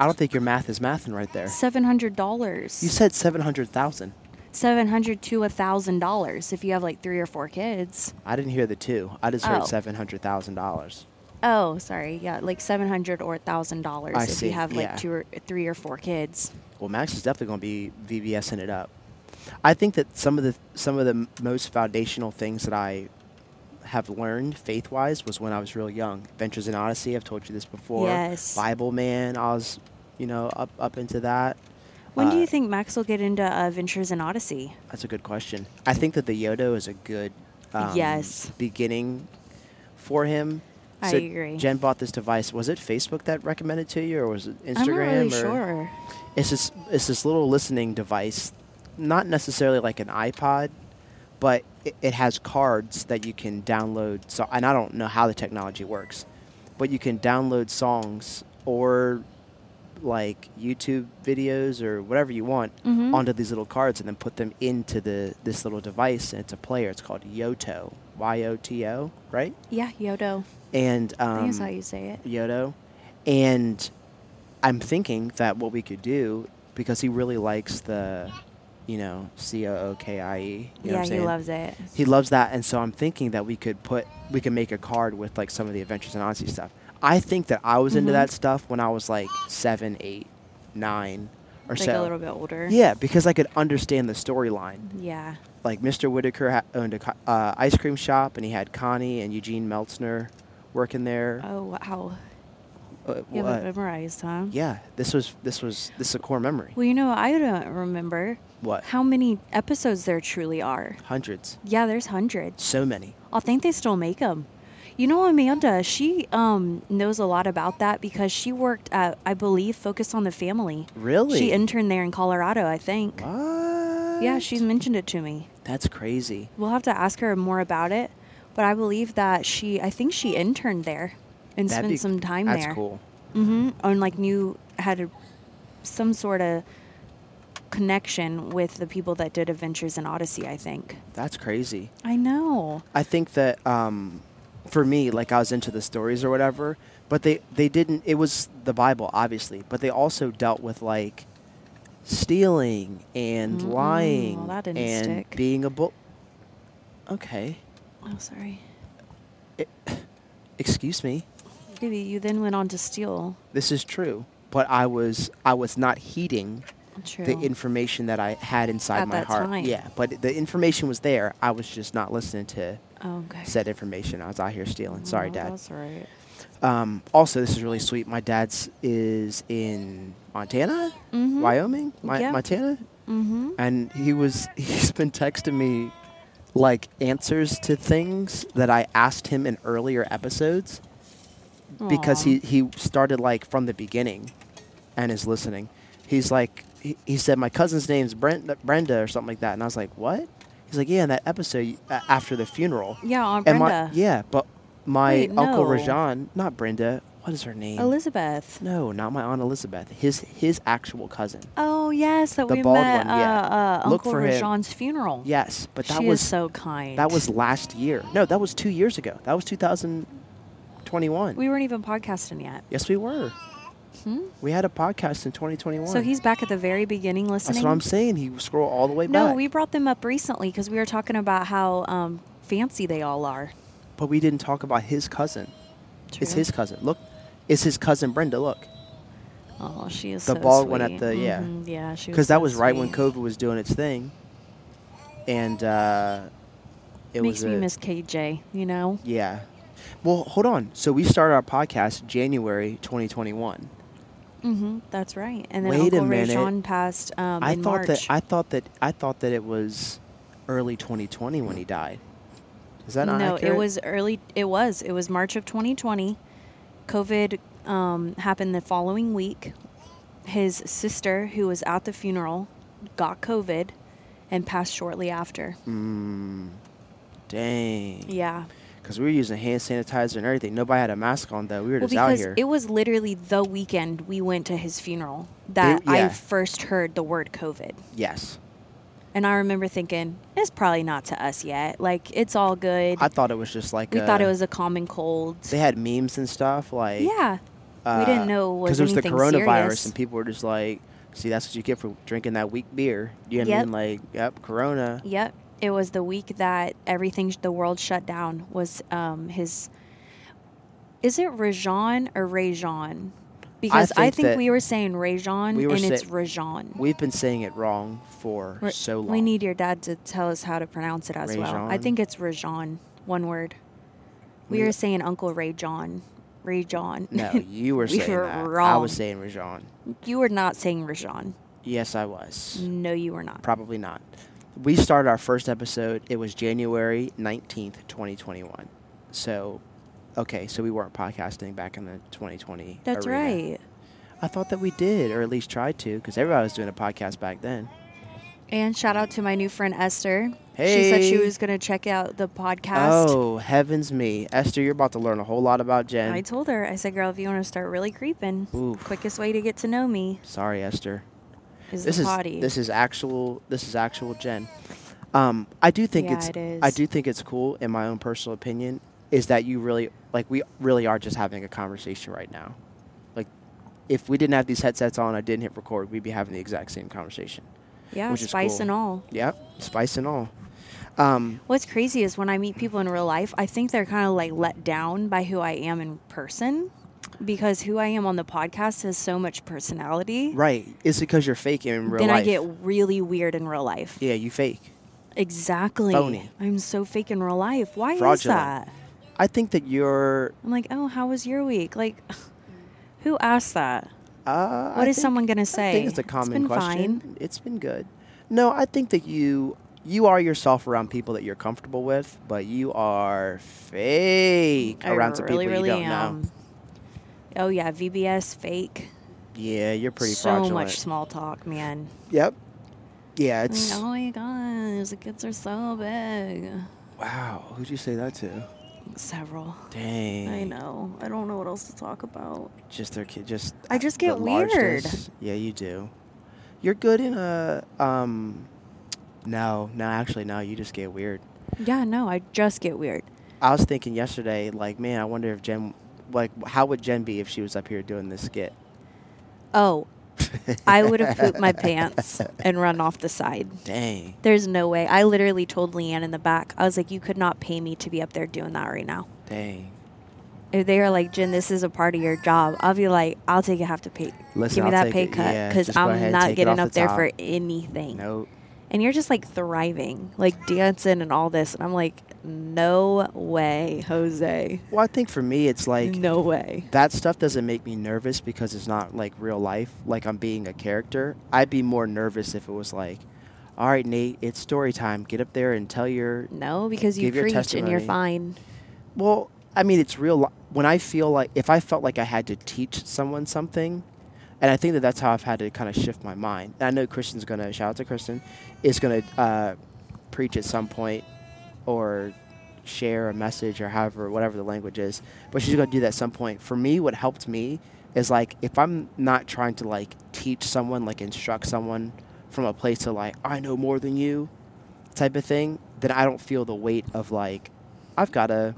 [SPEAKER 2] I don't think your math is mathing right there.
[SPEAKER 3] Seven hundred dollars.
[SPEAKER 2] You said seven hundred thousand.
[SPEAKER 3] seven hundred to a thousand dollars if you have like three or four kids.
[SPEAKER 2] I didn't hear the two. I just heard
[SPEAKER 3] Oh.
[SPEAKER 2] seven hundred thousand dollars.
[SPEAKER 3] Oh, sorry, yeah, like seven hundred or thousand dollars
[SPEAKER 2] I
[SPEAKER 3] if
[SPEAKER 2] see,
[SPEAKER 3] you have like
[SPEAKER 2] yeah.
[SPEAKER 3] two or three or four kids.
[SPEAKER 2] Well, Max is definitely going to be VBSing it up. I think that some of the some of the m- most foundational things that I have learned faith wise was when I was real young. Adventures in Odyssey. I've told you this before.
[SPEAKER 3] Yes.
[SPEAKER 2] Bible Man. I was, you know, up up into that.
[SPEAKER 3] When do
[SPEAKER 2] Uh,
[SPEAKER 3] you think Max will get into uh, Ventures in Odyssey?
[SPEAKER 2] That's a good question. I think that the Yodo is a good um,
[SPEAKER 3] Yes.
[SPEAKER 2] beginning for him.
[SPEAKER 3] I
[SPEAKER 2] So
[SPEAKER 3] agree.
[SPEAKER 2] Jen bought this device. Was it Facebook that recommended to you, or was it Instagram?
[SPEAKER 3] I'm not really
[SPEAKER 2] or-
[SPEAKER 3] sure.
[SPEAKER 2] It's this it's this little listening device, not necessarily like an iPod, but it, it has cards that you can download. So, and I don't know how the technology works, but you can download songs or like YouTube videos or whatever you want
[SPEAKER 3] Mm-hmm.
[SPEAKER 2] onto these little cards, and then put them into the this little device, and it's a player. It's called Yoto, Y O T O, right?
[SPEAKER 3] Yeah, Yodo.
[SPEAKER 2] And
[SPEAKER 3] I
[SPEAKER 2] um,
[SPEAKER 3] think that's how you say it.
[SPEAKER 2] Yodo. And I'm thinking that what we could do, because he really likes the, you know, C O O K I E. You know what
[SPEAKER 3] yeah,
[SPEAKER 2] I'm
[SPEAKER 3] he
[SPEAKER 2] saying?
[SPEAKER 3] loves it.
[SPEAKER 2] He loves that. And so I'm thinking that we could put, we could make a card with like some of the Adventures in Odyssey stuff. I think that I was
[SPEAKER 3] Mm-hmm.
[SPEAKER 2] into that stuff when I was like seven, eight, nine or
[SPEAKER 3] Like
[SPEAKER 2] so.
[SPEAKER 3] a little bit older.
[SPEAKER 2] Yeah, because I could understand the storyline
[SPEAKER 3] Yeah.
[SPEAKER 2] like Mr. Whitaker ha- owned a co- uh, ice cream shop, and he had Connie and Eugene Meltzner working there.
[SPEAKER 3] Oh wow.
[SPEAKER 2] Uh,
[SPEAKER 3] You
[SPEAKER 2] what?
[SPEAKER 3] have it memorized, huh?
[SPEAKER 2] yeah, this was this was this is a core memory.
[SPEAKER 3] Well, you know, I don't remember
[SPEAKER 2] What?
[SPEAKER 3] how many episodes there truly are.
[SPEAKER 2] Hundreds,
[SPEAKER 3] Yeah, there's hundreds.
[SPEAKER 2] so many.
[SPEAKER 3] I think they still make them. You know, Amanda, she um, knows a lot about that because she worked at, I believe, Focus on the Family.
[SPEAKER 2] Really?
[SPEAKER 3] She interned there in Colorado, I think.
[SPEAKER 2] What?
[SPEAKER 3] Yeah, she's mentioned it to me.
[SPEAKER 2] That's crazy.
[SPEAKER 3] We'll have to ask her more about it, but I believe that she, I think she interned there and
[SPEAKER 2] That'd
[SPEAKER 3] spent
[SPEAKER 2] be-
[SPEAKER 3] some time
[SPEAKER 2] that's
[SPEAKER 3] there.
[SPEAKER 2] cool.
[SPEAKER 3] hmm On like new had a, some sort of connection with the people that did Adventures in Odyssey. I think.
[SPEAKER 2] That's crazy.
[SPEAKER 3] I know.
[SPEAKER 2] I think that um, for me, like I was into the stories or whatever, but they they didn't. It was the Bible, obviously, but they also dealt with like stealing and
[SPEAKER 3] Mm-mm, well,
[SPEAKER 2] lying
[SPEAKER 3] that didn't
[SPEAKER 2] and
[SPEAKER 3] stick.
[SPEAKER 2] being a bull. Okay,
[SPEAKER 3] Oh, sorry.
[SPEAKER 2] excuse me.
[SPEAKER 3] Maybe you then went on to steal.
[SPEAKER 2] This is true, but I was I was not heeding
[SPEAKER 3] True.
[SPEAKER 2] the information that I had inside
[SPEAKER 3] At
[SPEAKER 2] my
[SPEAKER 3] that
[SPEAKER 2] heart.
[SPEAKER 3] time.
[SPEAKER 2] Yeah, but the information was there. I was just not listening to
[SPEAKER 3] oh, okay.
[SPEAKER 2] said information. I was out here stealing. Sorry,
[SPEAKER 3] Oh,
[SPEAKER 2] Dad.
[SPEAKER 3] That's all right.
[SPEAKER 2] Um, also, this is really sweet. My dad's is in Montana,
[SPEAKER 3] Mhm.
[SPEAKER 2] Wyoming, Mi-
[SPEAKER 3] Yeah.
[SPEAKER 2] Montana,
[SPEAKER 3] Mm-hmm.
[SPEAKER 2] and he was he's been texting me like answers to things that I asked him in earlier episodes because he he started like from the beginning and is listening. He's like he, he said my cousin's name's Brenda, Brenda or something like that, and I was like what? He's like yeah, in that episode uh, after the funeral.
[SPEAKER 3] Yeah, Aunt
[SPEAKER 2] And my-
[SPEAKER 3] Brenda.
[SPEAKER 2] yeah, but my
[SPEAKER 3] Wait,
[SPEAKER 2] uncle
[SPEAKER 3] no.
[SPEAKER 2] Rajan, not Brenda. What is her name?
[SPEAKER 3] Elizabeth.
[SPEAKER 2] No, not my aunt Elizabeth. His his actual cousin.
[SPEAKER 3] Oh yes, that
[SPEAKER 2] The
[SPEAKER 3] we
[SPEAKER 2] bald
[SPEAKER 3] met
[SPEAKER 2] one, yeah.
[SPEAKER 3] uh, uh,
[SPEAKER 2] Look
[SPEAKER 3] Uncle
[SPEAKER 2] for him.
[SPEAKER 3] Rajan's funeral.
[SPEAKER 2] Yes, but that
[SPEAKER 3] she
[SPEAKER 2] was
[SPEAKER 3] is so kind.
[SPEAKER 2] that was last year. No, that was two years ago. That was 2021.
[SPEAKER 3] We weren't even podcasting yet.
[SPEAKER 2] yes, we were. We had a podcast in 2021.
[SPEAKER 3] So he's back at the very beginning listening.
[SPEAKER 2] That's what I'm saying. He scroll all the way
[SPEAKER 3] no,
[SPEAKER 2] back.
[SPEAKER 3] we brought them up recently because we were talking about how um, fancy they all are.
[SPEAKER 2] but we didn't talk about his cousin. It's
[SPEAKER 3] True.
[SPEAKER 2] his cousin. Look, it's his cousin Brenda. Look,
[SPEAKER 3] Oh, she is
[SPEAKER 2] The
[SPEAKER 3] so
[SPEAKER 2] bald one at
[SPEAKER 3] sweet.
[SPEAKER 2] the- yeah.
[SPEAKER 3] Mhm, yeah, she
[SPEAKER 2] because that was right when
[SPEAKER 3] sweet.
[SPEAKER 2] COVID was doing its thing, and uh, it
[SPEAKER 3] makes
[SPEAKER 2] was
[SPEAKER 3] me
[SPEAKER 2] a-
[SPEAKER 3] miss KJ. You know,
[SPEAKER 2] Yeah. Well, hold on. So we started our podcast January 2021.
[SPEAKER 3] hmm that's right. And then
[SPEAKER 2] Wait a
[SPEAKER 3] Uncle
[SPEAKER 2] minute.
[SPEAKER 3] Rajan passed um,
[SPEAKER 2] I
[SPEAKER 3] in
[SPEAKER 2] thought
[SPEAKER 3] March.
[SPEAKER 2] that I thought that I thought that it was early 2020 when he died. Is that not
[SPEAKER 3] no,
[SPEAKER 2] accurate?
[SPEAKER 3] it was early. It was it was March of 2020. COVID um, happened the following week. His sister, who was at the funeral, got COVID and passed shortly after.
[SPEAKER 2] Mm, dang.
[SPEAKER 3] Yeah,
[SPEAKER 2] Because we were using hand sanitizer and everything. Nobody had a mask on though. We were
[SPEAKER 3] well,
[SPEAKER 2] just out
[SPEAKER 3] because
[SPEAKER 2] here.
[SPEAKER 3] it was literally the weekend we went to his funeral that
[SPEAKER 2] yeah.
[SPEAKER 3] I first heard the word COVID.
[SPEAKER 2] yes.
[SPEAKER 3] And I remember thinking, it's probably not to us yet. Like, it's all good.
[SPEAKER 2] I thought it was just like
[SPEAKER 3] we
[SPEAKER 2] a-
[SPEAKER 3] thought it was a common cold.
[SPEAKER 2] They had memes and stuff like.
[SPEAKER 3] yeah. we didn't know it was
[SPEAKER 2] because it was the
[SPEAKER 3] anything
[SPEAKER 2] coronavirus
[SPEAKER 3] serious.
[SPEAKER 2] and people were just like, "See, that's what you get for drinking that weak beer." You know what I
[SPEAKER 3] Yep.
[SPEAKER 2] mean? Like, yep, Corona.
[SPEAKER 3] Yep. It was the week that everything, sh- the world shut down, was um, his. Is it Rajan or Rajan? Because I
[SPEAKER 2] think
[SPEAKER 3] think,
[SPEAKER 2] that
[SPEAKER 3] we were saying Rajan
[SPEAKER 2] we were
[SPEAKER 3] and it's
[SPEAKER 2] say-
[SPEAKER 3] Rajan.
[SPEAKER 2] We've been saying it wrong for
[SPEAKER 3] We're-
[SPEAKER 2] so long.
[SPEAKER 3] We need your dad to tell us how to pronounce it as well. I
[SPEAKER 2] Rajan?
[SPEAKER 3] think it's Rajan, one word. We
[SPEAKER 2] We-
[SPEAKER 3] were saying Uncle Rajan. Rajan.
[SPEAKER 2] No, you were
[SPEAKER 3] We
[SPEAKER 2] saying
[SPEAKER 3] were
[SPEAKER 2] that. I
[SPEAKER 3] wrong.
[SPEAKER 2] was saying Rajon.
[SPEAKER 3] you were not saying Rajan.
[SPEAKER 2] Yes, I was.
[SPEAKER 3] No, you were not.
[SPEAKER 2] Probably not. We started our first episode. It was January nineteenth, twenty twenty one. So, okay, so we weren't podcasting back in the twenty twenty.
[SPEAKER 3] That's right.
[SPEAKER 2] I thought that we did, or at least tried to, because everybody was doing a podcast back then.
[SPEAKER 3] And shout out to my new friend Esther. She said she
[SPEAKER 2] Hey.
[SPEAKER 3] was going to check out the podcast.
[SPEAKER 2] Oh, heavens me. Esther, you're about to learn a whole lot about Jen.
[SPEAKER 3] I told her, I said, girl, if you want to start really creeping,
[SPEAKER 2] Oof.
[SPEAKER 3] quickest way to get to know me
[SPEAKER 2] Sorry, Esther.
[SPEAKER 3] is
[SPEAKER 2] This
[SPEAKER 3] the
[SPEAKER 2] is
[SPEAKER 3] potty.
[SPEAKER 2] this is actual this is actual Jen. Um, I do think
[SPEAKER 3] Yeah,
[SPEAKER 2] it's
[SPEAKER 3] it is.
[SPEAKER 2] I do think it's cool in my own personal opinion is that you really like we really are just having a conversation right now. Like if we didn't have these headsets on, I didn't hit record, we'd be having the exact same conversation.
[SPEAKER 3] yeah,
[SPEAKER 2] which is
[SPEAKER 3] spice
[SPEAKER 2] cool.
[SPEAKER 3] and all.
[SPEAKER 2] Yep, spice and all. Um,
[SPEAKER 3] What's crazy is when I meet people in real life, I think they're kind of like let down by who I am in person because who I am on the podcast has so much personality.
[SPEAKER 2] right. It's because you're fake in real
[SPEAKER 3] then
[SPEAKER 2] life.
[SPEAKER 3] I get really weird in real life.
[SPEAKER 2] yeah, you fake.
[SPEAKER 3] Exactly.
[SPEAKER 2] Phony.
[SPEAKER 3] I'm so fake in real life. Why is
[SPEAKER 2] Fraudulent.
[SPEAKER 3] that?
[SPEAKER 2] I think that you're
[SPEAKER 3] I'm like, oh, how was your week? Like, who asked that?
[SPEAKER 2] Uh,
[SPEAKER 3] What
[SPEAKER 2] I
[SPEAKER 3] is
[SPEAKER 2] think-
[SPEAKER 3] someone gonna
[SPEAKER 2] I
[SPEAKER 3] say?
[SPEAKER 2] think it's a
[SPEAKER 3] It's
[SPEAKER 2] common
[SPEAKER 3] been
[SPEAKER 2] question. It's been good. No, I think that you you are yourself around people that you're comfortable with, but you are fake around some people you don't know.
[SPEAKER 3] um, Oh yeah, VBS fake.
[SPEAKER 2] Yeah, you're pretty
[SPEAKER 3] so
[SPEAKER 2] fraudulent.
[SPEAKER 3] much small talk, man.
[SPEAKER 2] Yep. Yeah,
[SPEAKER 3] Like,
[SPEAKER 2] it's
[SPEAKER 3] oh my gosh, the kids are so big.
[SPEAKER 2] wow. Who'd you say that to?
[SPEAKER 3] Several.
[SPEAKER 2] Dang.
[SPEAKER 3] I know. I don't know what else to talk about.
[SPEAKER 2] Just their kid. Just
[SPEAKER 3] I just
[SPEAKER 2] the
[SPEAKER 3] get weird.
[SPEAKER 2] largeness. Yeah, you do. You're good in a um. No, no, actually, no. You just get weird.
[SPEAKER 3] Yeah, no, I just get weird.
[SPEAKER 2] I was thinking yesterday, like, man, I wonder if Jen, like, how would Jen be if she was up here doing this skit?
[SPEAKER 3] Oh, I would have pooped my pants and run off the side.
[SPEAKER 2] Dang.
[SPEAKER 3] There's no way. I literally told Leanne in the back, I was like, you could not pay me to be up there doing that right now.
[SPEAKER 2] Dang.
[SPEAKER 3] If they are like, Jen, this is a part of your job, I'll be like, I'll take a half to pay.
[SPEAKER 2] Listen,
[SPEAKER 3] Give me
[SPEAKER 2] I'll
[SPEAKER 3] that
[SPEAKER 2] take
[SPEAKER 3] pay
[SPEAKER 2] it.
[SPEAKER 3] cut
[SPEAKER 2] Yeah,
[SPEAKER 3] because
[SPEAKER 2] just go ahead
[SPEAKER 3] I'm
[SPEAKER 2] and
[SPEAKER 3] not
[SPEAKER 2] take it
[SPEAKER 3] getting
[SPEAKER 2] off
[SPEAKER 3] up
[SPEAKER 2] the
[SPEAKER 3] there
[SPEAKER 2] top.
[SPEAKER 3] for anything.
[SPEAKER 2] Nope.
[SPEAKER 3] And you're just like thriving, like dancing and all this. And I'm like, no way, Jose.
[SPEAKER 2] Well, I think for me, it's like
[SPEAKER 3] no way.
[SPEAKER 2] that stuff doesn't make me nervous because it's not like real life. Like I'm being a character. I'd be more nervous if it was like, all right, Nate, it's story time. Get up there and tell your.
[SPEAKER 3] No, because you
[SPEAKER 2] Give your
[SPEAKER 3] preach and you're
[SPEAKER 2] testimony.
[SPEAKER 3] fine.
[SPEAKER 2] Well, I mean, it's real. Li- when I feel like if I felt like I had to teach someone something, and I think that that's how I've had to kind of shift my mind. And I know Kristen's gonna shout out to Kristen, is gonna uh, preach at some point, or share a message or however whatever the language is. But she's gonna do that at some point. For me, what helped me is like if I'm not trying to like teach someone, like instruct someone from a place of like I know more than you, type of thing, then I don't feel the weight of like I've gotta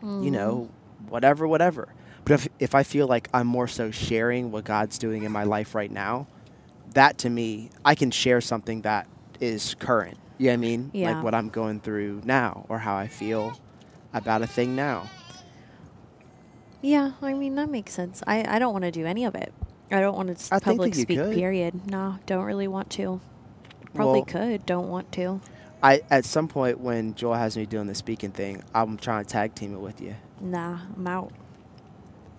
[SPEAKER 3] Mm-hmm.
[SPEAKER 2] you know, whatever, whatever. But if, if I feel like I'm more so sharing what God's doing in my life right now, that to me, I can share something that is current. You know what I mean?
[SPEAKER 3] Yeah.
[SPEAKER 2] Like what I'm going through now or how I feel about a thing now.
[SPEAKER 3] Mm. Yeah, I mean, that makes sense. I, I don't want to do any of it. I don't want
[SPEAKER 2] I
[SPEAKER 3] to
[SPEAKER 2] think that
[SPEAKER 3] public
[SPEAKER 2] you
[SPEAKER 3] speak,
[SPEAKER 2] could.
[SPEAKER 3] period. No, don't really want to. Probably
[SPEAKER 2] Well-
[SPEAKER 3] could, don't want to.
[SPEAKER 2] I At some point when Joel has me doing the speaking thing, I'm trying to tag team it with you.
[SPEAKER 3] Nah, I'm out.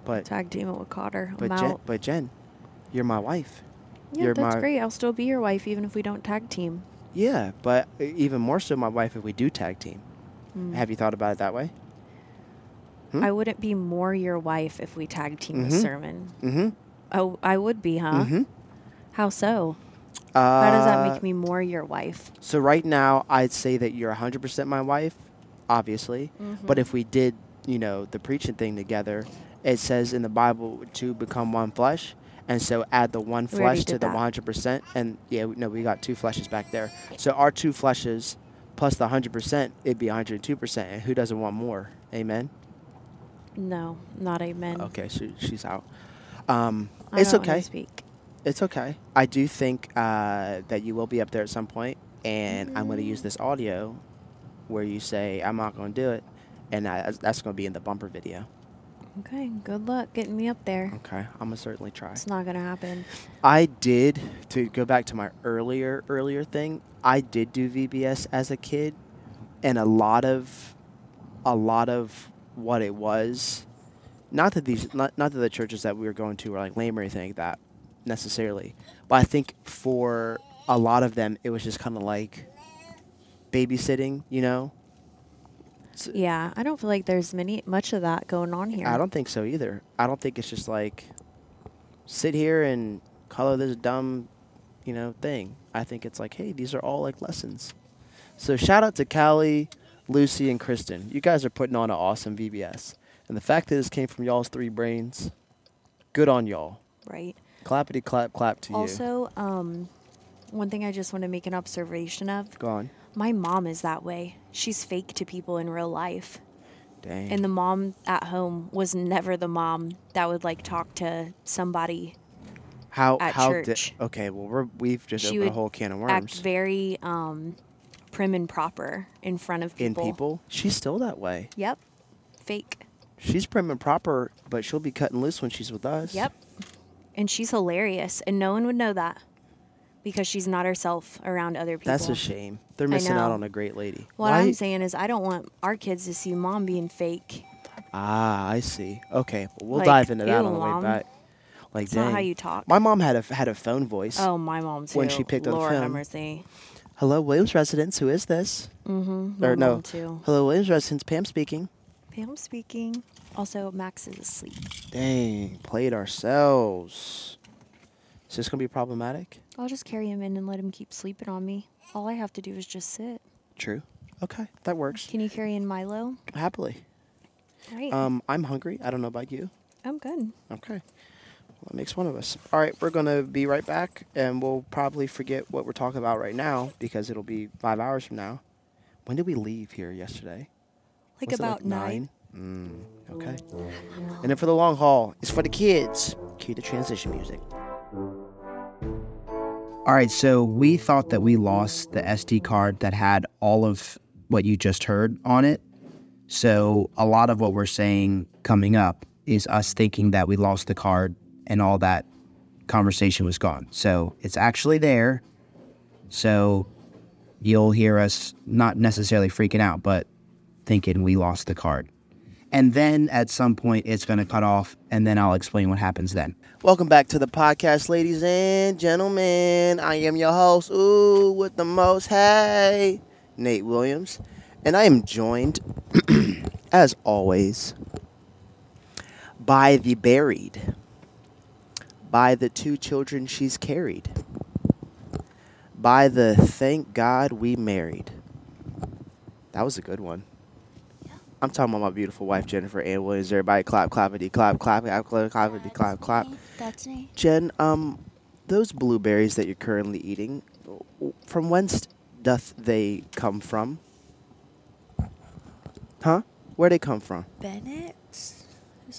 [SPEAKER 2] But,
[SPEAKER 3] Tag team it with Cotter. I'm
[SPEAKER 2] but, Jen,
[SPEAKER 3] out.
[SPEAKER 2] but Jen, you're my wife.
[SPEAKER 3] yeah,
[SPEAKER 2] you're
[SPEAKER 3] that's
[SPEAKER 2] my-
[SPEAKER 3] great. I'll still be your wife even if we don't tag team.
[SPEAKER 2] Yeah, but even more so my wife if we do tag team.
[SPEAKER 3] Mm.
[SPEAKER 2] Have you thought about it that way? Hmm?
[SPEAKER 3] I wouldn't be more your wife if we tag team the
[SPEAKER 2] Mhm.
[SPEAKER 3] sermon.
[SPEAKER 2] Mm-hmm.
[SPEAKER 3] Oh, I would be, huh?
[SPEAKER 2] Mm-hmm.
[SPEAKER 3] How so?
[SPEAKER 2] Uh,
[SPEAKER 3] How does that make me more your wife?
[SPEAKER 2] So right now, I'd say that you're 100% my wife, obviously.
[SPEAKER 3] Mm-hmm.
[SPEAKER 2] But if we did, you know, the preaching thing together, it says in the Bible to become one flesh. And so add the one
[SPEAKER 3] We already
[SPEAKER 2] flesh to
[SPEAKER 3] did
[SPEAKER 2] the
[SPEAKER 3] that.
[SPEAKER 2] 100%. And yeah, we- no, we got two fleshes back there. So our two fleshes plus the 100%, it'd be 102%. And who doesn't want more? Amen.
[SPEAKER 3] No, not amen.
[SPEAKER 2] Okay, so she's out. Um,
[SPEAKER 3] Mm. I
[SPEAKER 2] it's
[SPEAKER 3] don't wanna
[SPEAKER 2] okay.
[SPEAKER 3] Speak.
[SPEAKER 2] It's okay. I do think uh, that you will be up there at some point, and I'm going to use this audio where you say, I'm not going to do it, and I, that's going to be in the bumper video.
[SPEAKER 3] Okay, good luck getting me up there.
[SPEAKER 2] Okay. I'm going to certainly try.
[SPEAKER 3] It's not gonna happen.
[SPEAKER 2] I did, to go back to my earlier, earlier thing, I did do VBS as a kid, and a lot of, a lot of what it was, not that these, not, not that the churches that we were going to were like lame or anything like that, necessarily. But I think for a lot of them, it was just kind of like babysitting, you know?
[SPEAKER 3] Yeah, I don't feel like there's many much of that going on here.
[SPEAKER 2] I don't think so either. I don't think it's just like sit here and color this dumb, you know, thing. I I think it's like, hey, these are all like lessons. So shout out to Callie, Lucy, and Kristen. You guys are putting on an awesome VBS, and the fact that this came from y'all's three brains, good on y'all.
[SPEAKER 3] right?
[SPEAKER 2] Clappity clap clap to you.
[SPEAKER 3] Also, um, one thing I just want to make an observation of
[SPEAKER 2] Go on.
[SPEAKER 3] my mom is that way. She's fake to people in real life.
[SPEAKER 2] Dang.
[SPEAKER 3] And the mom at home was never the mom that would like talk to somebody.
[SPEAKER 2] how
[SPEAKER 3] at
[SPEAKER 2] how
[SPEAKER 3] church.
[SPEAKER 2] Di- okay? Well, we're, we've just
[SPEAKER 3] She
[SPEAKER 2] opened a
[SPEAKER 3] would
[SPEAKER 2] whole can of
[SPEAKER 3] Act
[SPEAKER 2] worms.
[SPEAKER 3] very um, prim and proper in front of
[SPEAKER 2] in
[SPEAKER 3] people.
[SPEAKER 2] people, she's still that way.
[SPEAKER 3] Yep. Fake.
[SPEAKER 2] She's prim and proper, but she'll be cutting loose when she's with us.
[SPEAKER 3] Yep. And she's hilarious, and no one would know that because she's not herself around other people.
[SPEAKER 2] That's a shame. They're missing out
[SPEAKER 3] know.
[SPEAKER 2] on a great lady.
[SPEAKER 3] What
[SPEAKER 2] Why-
[SPEAKER 3] I'm saying is, I don't want our kids to see mom being fake.
[SPEAKER 2] Ah, I see. Okay, well, we'll
[SPEAKER 3] Like,
[SPEAKER 2] dive into that
[SPEAKER 3] ew,
[SPEAKER 2] on the way
[SPEAKER 3] Mom.
[SPEAKER 2] back. Like,
[SPEAKER 3] not
[SPEAKER 2] dang.
[SPEAKER 3] how you talk.
[SPEAKER 2] My mom had a had a phone voice.
[SPEAKER 3] Oh, my mom too.
[SPEAKER 2] When she picked up the
[SPEAKER 3] Lord have
[SPEAKER 2] phone.
[SPEAKER 3] mercy.
[SPEAKER 2] Hello, Williams residence. Who is this? Mm-hmm. Or
[SPEAKER 3] my
[SPEAKER 2] no.
[SPEAKER 3] mom too.
[SPEAKER 2] Hello, Williams residence. Pam speaking.
[SPEAKER 3] Pam speaking. Also, Max is asleep.
[SPEAKER 2] Dang, played ourselves. Is this gonna be problematic?
[SPEAKER 3] I'll just carry him in and let him keep sleeping on me. All I have to do is just sit.
[SPEAKER 2] True. Okay, that works
[SPEAKER 3] Can you carry in Milo?
[SPEAKER 2] happily.
[SPEAKER 3] Great.
[SPEAKER 2] Um, I'm hungry. I don't know about you.
[SPEAKER 3] I'm good.
[SPEAKER 2] Okay. Well, that makes one of us. All right, we're going to be right back, and we'll probably forget what we're talking about right now because it'll be five hours from now. When did we leave here yesterday?
[SPEAKER 3] Like
[SPEAKER 2] Was it,
[SPEAKER 3] about nine. Mm.
[SPEAKER 2] Mm, okay. And then for the long haul, it's for the kids. Cue the transition music.
[SPEAKER 4] All right, so we thought that we lost the SD card that had all of what you just heard on it. So a lot of what we're saying coming up is us thinking that we lost the card and all that conversation was gone. So it's actually there. So you'll hear us not necessarily freaking out, but thinking we lost the card. And then at some point it's going to cut off and then I'll explain what happens then.
[SPEAKER 2] Welcome back to the podcast, ladies and gentlemen. I am your host, ooh, with the most, hey, Nate Williams. And I am joined, as always, by the buried, by the two children she's carried, by the thank God we married. That was a good one. I'm talking about my beautiful wife, Jennifer Ann Williams. Everybody clap, clappity, clap, clap, clap, clap, clappity, clap, clap.
[SPEAKER 5] That's me.
[SPEAKER 2] Jen, um, those blueberries that you're currently eating, w- from whence doth they come from? Huh? Where they come from?
[SPEAKER 5] Bennett? Is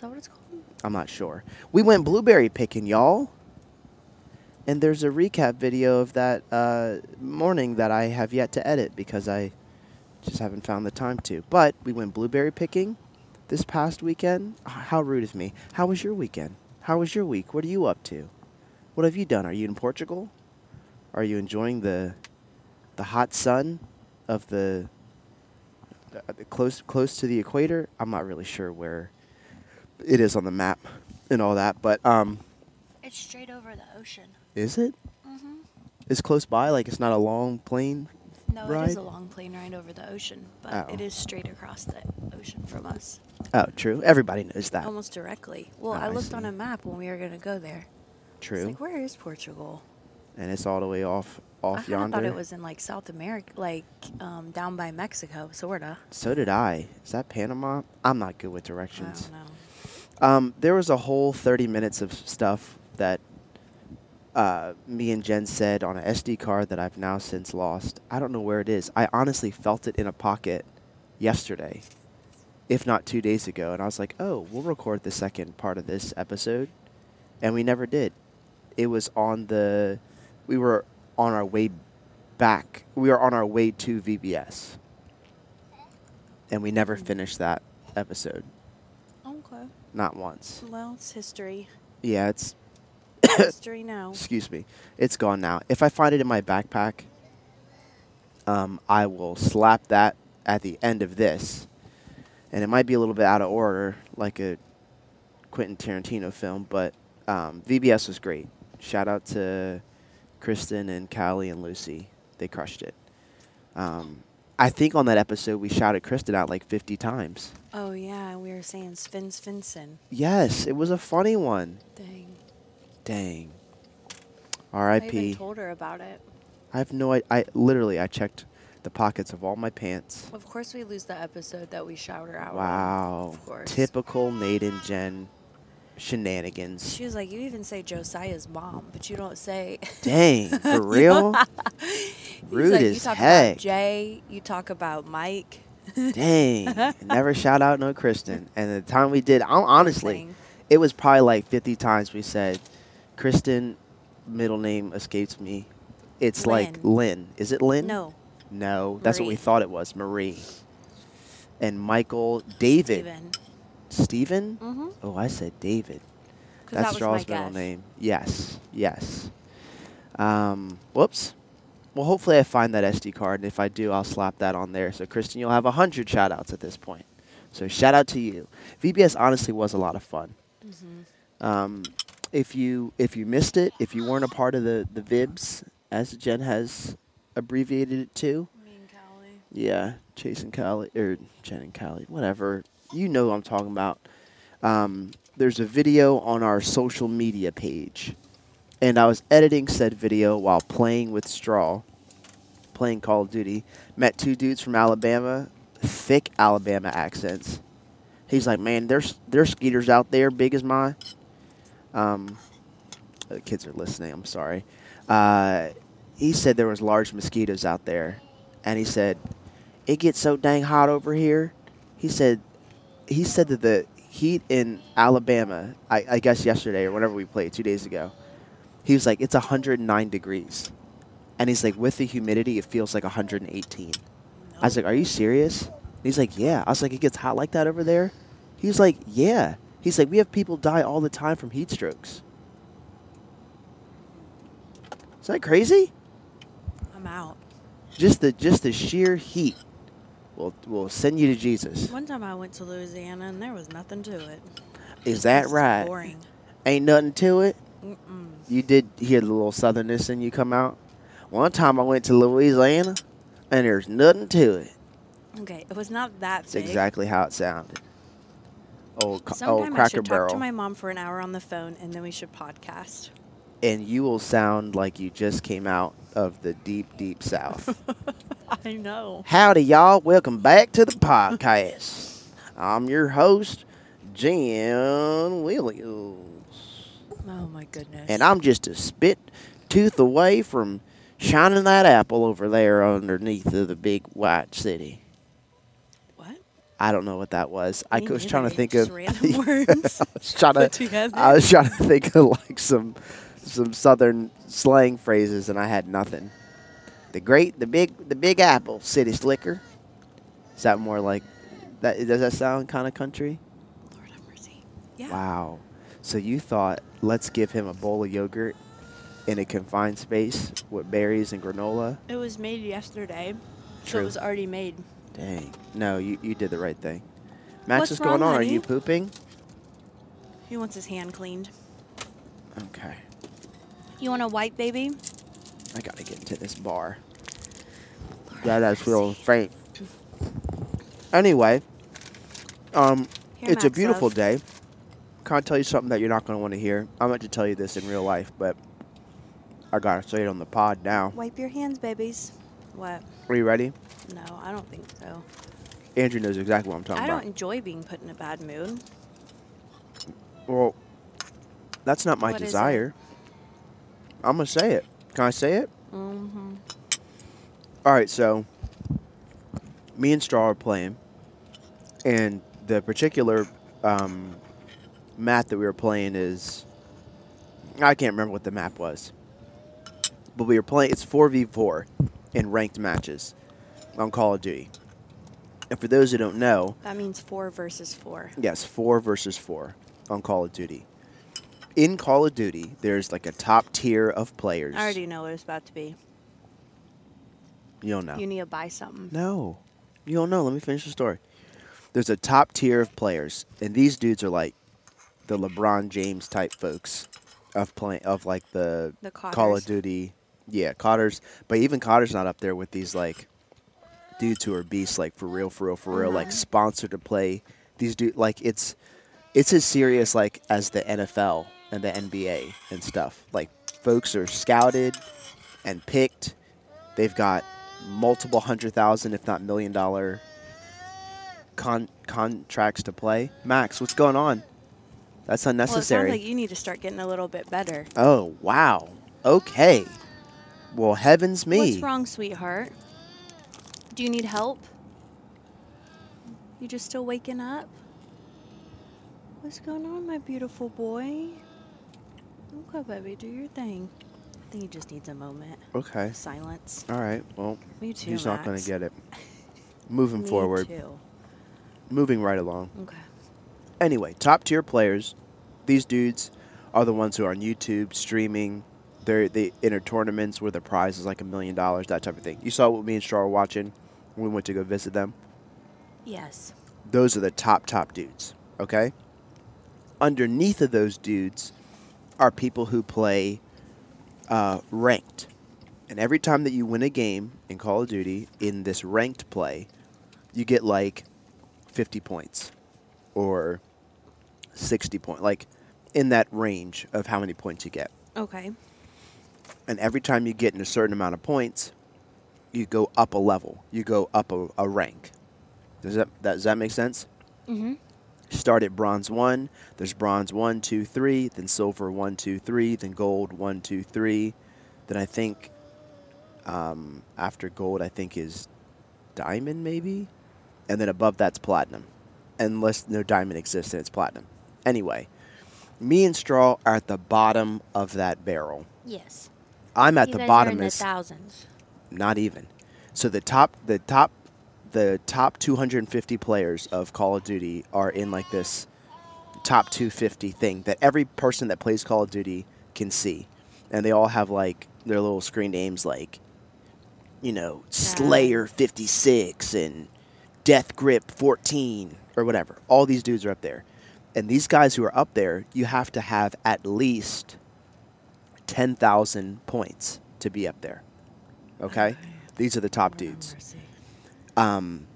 [SPEAKER 5] that what it's called?
[SPEAKER 2] I'm not sure. We went blueberry picking, y'all. And there's a recap video of that uh, morning that I have yet to edit because I just haven't found the time to. But we went blueberry picking this past weekend. H- How rude of me. How was your weekend? How was your week? What are you up to? What have you done? Are you in Portugal? Are you enjoying the the hot sun of the, uh, the close close to the equator? I'm not really sure where it is on the map and all that, but um,
[SPEAKER 5] It's straight over the ocean.
[SPEAKER 2] is it?
[SPEAKER 5] Mm-hmm.
[SPEAKER 2] It's close by, like it's not a long plane.
[SPEAKER 5] No, it
[SPEAKER 2] Right.
[SPEAKER 5] is a long plane ride over the ocean, but
[SPEAKER 2] Oh.
[SPEAKER 5] it is straight across the ocean from us,
[SPEAKER 2] Oh, true. Everybody knows that.
[SPEAKER 5] almost directly. Well,
[SPEAKER 2] Oh,
[SPEAKER 5] I
[SPEAKER 2] I
[SPEAKER 5] looked on
[SPEAKER 2] see.
[SPEAKER 5] a map when we were going to go there. It's
[SPEAKER 2] true,
[SPEAKER 5] like, where is Portugal?
[SPEAKER 2] and it's all the way off
[SPEAKER 5] I
[SPEAKER 2] off
[SPEAKER 5] kinda
[SPEAKER 2] yonder.
[SPEAKER 5] thought it was in like South America, like um, down by Mexico, sorta.
[SPEAKER 2] so did I. Is that Panama? I'm not good with
[SPEAKER 5] I
[SPEAKER 2] directions.
[SPEAKER 5] don't know.
[SPEAKER 2] Um, there was a whole 30 minutes of stuff that uh, me and Jen said on an SD card that I've now since lost. I don't know where it is. I honestly felt it in a pocket yesterday, if not two days ago. And I was like, oh, we'll record the second part of this episode. And we never did. It was on the. We were on our way back. We were on our way to VBS. And we never finished that episode.
[SPEAKER 5] Okay.
[SPEAKER 2] Not once.
[SPEAKER 5] Well, it's history.
[SPEAKER 2] Yeah, it's
[SPEAKER 5] history now.
[SPEAKER 2] excuse me, it's gone now. If I find it in my backpack, um, I will slap that at the end of this, and it might be a little bit out of order, like a Quentin Tarantino film. But um, VBS was great. Shout out to Kristen and Callie and Lucy. They crushed it. Um, I think on that episode we shouted Kristen out like 50 times.
[SPEAKER 5] Oh yeah, we were saying Sven Svensson.
[SPEAKER 2] Yes, it was a funny one.
[SPEAKER 5] Dang.
[SPEAKER 2] Dang.
[SPEAKER 5] I even
[SPEAKER 2] R.I.P.
[SPEAKER 5] told her about it.
[SPEAKER 2] I have no. I, I literally I checked the pockets of all my pants.
[SPEAKER 6] Of course, we lose the episode that we shout her out. on.
[SPEAKER 2] Wow.
[SPEAKER 6] Oh, Of course.
[SPEAKER 2] Typical Nate and Jen shenanigans.
[SPEAKER 6] She was like, "You even say Josiah's mom, but you don't say."
[SPEAKER 2] Dang, for real?
[SPEAKER 6] He's
[SPEAKER 2] Rude
[SPEAKER 6] like, You
[SPEAKER 2] as
[SPEAKER 6] talk
[SPEAKER 2] heck.
[SPEAKER 6] about Jay. You talk about Mike.
[SPEAKER 2] Dang. Never shout out no Kristen. And the time we did, i honestly,
[SPEAKER 6] Thing.
[SPEAKER 2] it was probably like 50 times we said, Kristen, middle name escapes me. It's like
[SPEAKER 3] Lynn.
[SPEAKER 2] Lynn. Is it Lynn?
[SPEAKER 3] No.
[SPEAKER 2] No, that's what we
[SPEAKER 3] Marie.
[SPEAKER 2] thought it was, Marie. And Michael, David.
[SPEAKER 6] Even.
[SPEAKER 2] Stephen?
[SPEAKER 3] Mm-hmm.
[SPEAKER 2] Oh, I said David.
[SPEAKER 6] 'Cause that was
[SPEAKER 2] That's
[SPEAKER 6] my
[SPEAKER 2] Straw's middle
[SPEAKER 6] guess.
[SPEAKER 2] name. Yes, yes. Um, whoops. Well, hopefully I find that SD card, and if I do, I'll slap that on there. So, Kristen, you'll have a hundred shout outs at this point. So, shout out to you. VBS honestly was a lot of fun.
[SPEAKER 6] Mm-hmm.
[SPEAKER 2] Um, if you if you missed it, if you weren't a part of the the VIBS, as Jen has abbreviated it to,
[SPEAKER 6] Me and Callie.
[SPEAKER 2] yeah, Chase and Callie, or Jen and Callie, whatever. You know what I'm talking about. Um, there's a video on our social media page. And I was editing said video while playing with Straw, playing Call of Duty. Met two dudes from Alabama, thick Alabama accents. He's like, man, there's there's skeeters out there big as mine. Um, the kids are listening. I'm sorry. Uh, he said there was large mosquitoes out there, and he said it gets so dang hot over here. He said he said that the heat in Alabama, I, I guess yesterday or whenever we played two days ago, he was like it's 109 degrees, and he's like with the humidity it feels like 118. I was like, are you serious? And he's like, yeah. I was like, it gets hot like that over there. He was like, yeah. He's like, we have people die all the time from heat strokes. Is that crazy?
[SPEAKER 6] I'm out.
[SPEAKER 2] Just the just the sheer heat will will send you to Jesus.
[SPEAKER 6] One time I went to Louisiana and there was nothing to it.
[SPEAKER 2] Is that
[SPEAKER 6] It's
[SPEAKER 2] right?
[SPEAKER 6] Boring.
[SPEAKER 2] Ain't nothing to it.
[SPEAKER 6] Mm-mm.
[SPEAKER 2] You did hear the little southernness in you come out. One time I went to Louisiana, and there's nothing to it.
[SPEAKER 6] Okay, it was not that
[SPEAKER 2] It's
[SPEAKER 6] big.
[SPEAKER 2] exactly how it sounded. Old, c-
[SPEAKER 3] Sometime
[SPEAKER 2] old
[SPEAKER 3] I
[SPEAKER 2] Cracker
[SPEAKER 3] should
[SPEAKER 2] Barrel.
[SPEAKER 3] talk to my mom for an hour on the phone, and then we should podcast.
[SPEAKER 2] and you will sound like you just came out of the deep, deep south.
[SPEAKER 3] I know.
[SPEAKER 2] Howdy, y'all. Welcome back to the podcast. I'm your host, Jen Williams.
[SPEAKER 6] Oh my goodness.
[SPEAKER 2] And I'm just a spit tooth away from shining that apple over there underneath of the big white city.
[SPEAKER 6] what?
[SPEAKER 2] I don't know what that was. I
[SPEAKER 6] Me
[SPEAKER 2] was trying to
[SPEAKER 6] neither.
[SPEAKER 2] think
[SPEAKER 6] Just
[SPEAKER 2] of
[SPEAKER 6] random words
[SPEAKER 2] I was trying
[SPEAKER 6] put
[SPEAKER 2] to.
[SPEAKER 6] together.
[SPEAKER 2] I was trying to think of like some some southern slang phrases, and I had nothing. The great, the big, the big apple city slicker. Is that more like that? Does that sound kind of country?
[SPEAKER 6] Lord have mercy. Yeah.
[SPEAKER 2] Wow. So you thought let's give him a bowl of yogurt in a confined space with berries and granola?
[SPEAKER 6] It was made yesterday, so
[SPEAKER 2] True.
[SPEAKER 6] it was already made.
[SPEAKER 2] Dang. No, you, you did the right thing. Max,
[SPEAKER 6] What's
[SPEAKER 2] what's, going
[SPEAKER 6] wrong,
[SPEAKER 2] on? Are
[SPEAKER 6] honey?
[SPEAKER 2] you pooping?
[SPEAKER 3] He wants his hand cleaned.
[SPEAKER 2] Okay.
[SPEAKER 3] You want a white baby?
[SPEAKER 2] I gotta get into this bar. That is real faint. Anyway, um,
[SPEAKER 3] Here,
[SPEAKER 2] it's a
[SPEAKER 3] Max,
[SPEAKER 2] beautiful
[SPEAKER 3] love.
[SPEAKER 2] day. Can't tell you something that you're not gonna want to hear. I meant to tell you this in real life, but I gotta say it on the pod now.
[SPEAKER 3] Wipe your hands, babies. What?
[SPEAKER 2] Are you ready?
[SPEAKER 3] No, I don't think so.
[SPEAKER 2] Andrew knows exactly what I'm talking
[SPEAKER 3] I
[SPEAKER 2] about.
[SPEAKER 3] don't enjoy being put in a bad mood.
[SPEAKER 2] Well, that's not my
[SPEAKER 3] What is it?
[SPEAKER 2] desire. I'm gonna say it. Can I say it?
[SPEAKER 3] Mm-hmm.
[SPEAKER 2] All right. So, me and Straw are playing, and the particular um, map that we were playing is I can't remember what the map was, but we were playing. It's four v four in ranked matches on Call of Duty. And for those who don't know,
[SPEAKER 3] That means four versus four.
[SPEAKER 2] Yes, four versus four on Call of Duty. In Call of Duty, there's like a top tier of players.
[SPEAKER 3] I already know what it's about to be.
[SPEAKER 2] You don't know.
[SPEAKER 3] You need to buy something.
[SPEAKER 2] no. You don't know. Let me finish the story. There's a top tier of players, and these dudes are like the LeBron James type folks of play of like the,
[SPEAKER 3] The
[SPEAKER 2] Call of
[SPEAKER 3] Cotters.
[SPEAKER 2] Duty. Yeah, Cotters. But even Cotters not up there with these like dudes who are beasts, like for real, for real, for real,
[SPEAKER 3] Uh-huh.
[SPEAKER 2] like sponsored to play. These dude, like it's it's as serious like as the NFL and the NBA and stuff. Like folks are scouted and picked They've got multiple hundred thousand, if not million dollar con- contracts to play. Max, what's going on? That's
[SPEAKER 3] Well, it sounds
[SPEAKER 2] unnecessary.
[SPEAKER 3] like you need to start getting a little bit better.
[SPEAKER 2] oh, wow. Okay. Well, heavens me.
[SPEAKER 3] What's wrong, sweetheart? Do you need help? You just still waking up? What's going on, my beautiful boy? Okay, baby, do your thing. I think he just needs a moment.
[SPEAKER 2] Okay.
[SPEAKER 3] Silence.
[SPEAKER 2] All right. Well,
[SPEAKER 3] Me too,
[SPEAKER 2] he's not going
[SPEAKER 3] Max.
[SPEAKER 2] to get it. Moving
[SPEAKER 3] Me
[SPEAKER 2] forward,
[SPEAKER 3] too.
[SPEAKER 2] moving right along.
[SPEAKER 3] Okay.
[SPEAKER 2] Anyway, top tier players, these dudes are the ones who are on YouTube streaming. They're, they enter tournaments where the prize is like a million dollars, that type of thing. You saw what me and Straw were watching when we went to go visit them.
[SPEAKER 3] Yes.
[SPEAKER 2] those are the top top dudes okay underneath of those dudes are people who play uh, ranked and every time that you win a game in call of duty in this ranked play you get like 50 points or 60 point like in that range of how many points you get
[SPEAKER 3] Okay.
[SPEAKER 2] and every time you get in a certain amount of points, you go up a level. You go up a, a rank. Does that, that does that make sense? Mm-hmm. Start at bronze one. There's bronze one, two, three. Then silver one, two, three. Then gold one, two, three. Then I think um, after gold, I think is diamond maybe, and then above that's platinum, unless no diamond exists and it's platinum. Anyway, me and Straw are at the bottom of that barrel.
[SPEAKER 7] Yes.
[SPEAKER 2] I'm at
[SPEAKER 7] you
[SPEAKER 2] the
[SPEAKER 7] guys are in
[SPEAKER 2] bottom
[SPEAKER 7] the
[SPEAKER 2] is
[SPEAKER 7] thousands.
[SPEAKER 2] not even. So the top the top the top 250 players of Call of Duty are in like this top 250 thing that every person that plays Call of Duty can see. And they all have like their little screen names like you know, Slayer 56 and Death Grip 14 or whatever. All these dudes are up there. And these guys who are up there, you have to have at least 10,000 points to be up there. Okay? These are the top
[SPEAKER 3] Oh,
[SPEAKER 2] dudes. Um,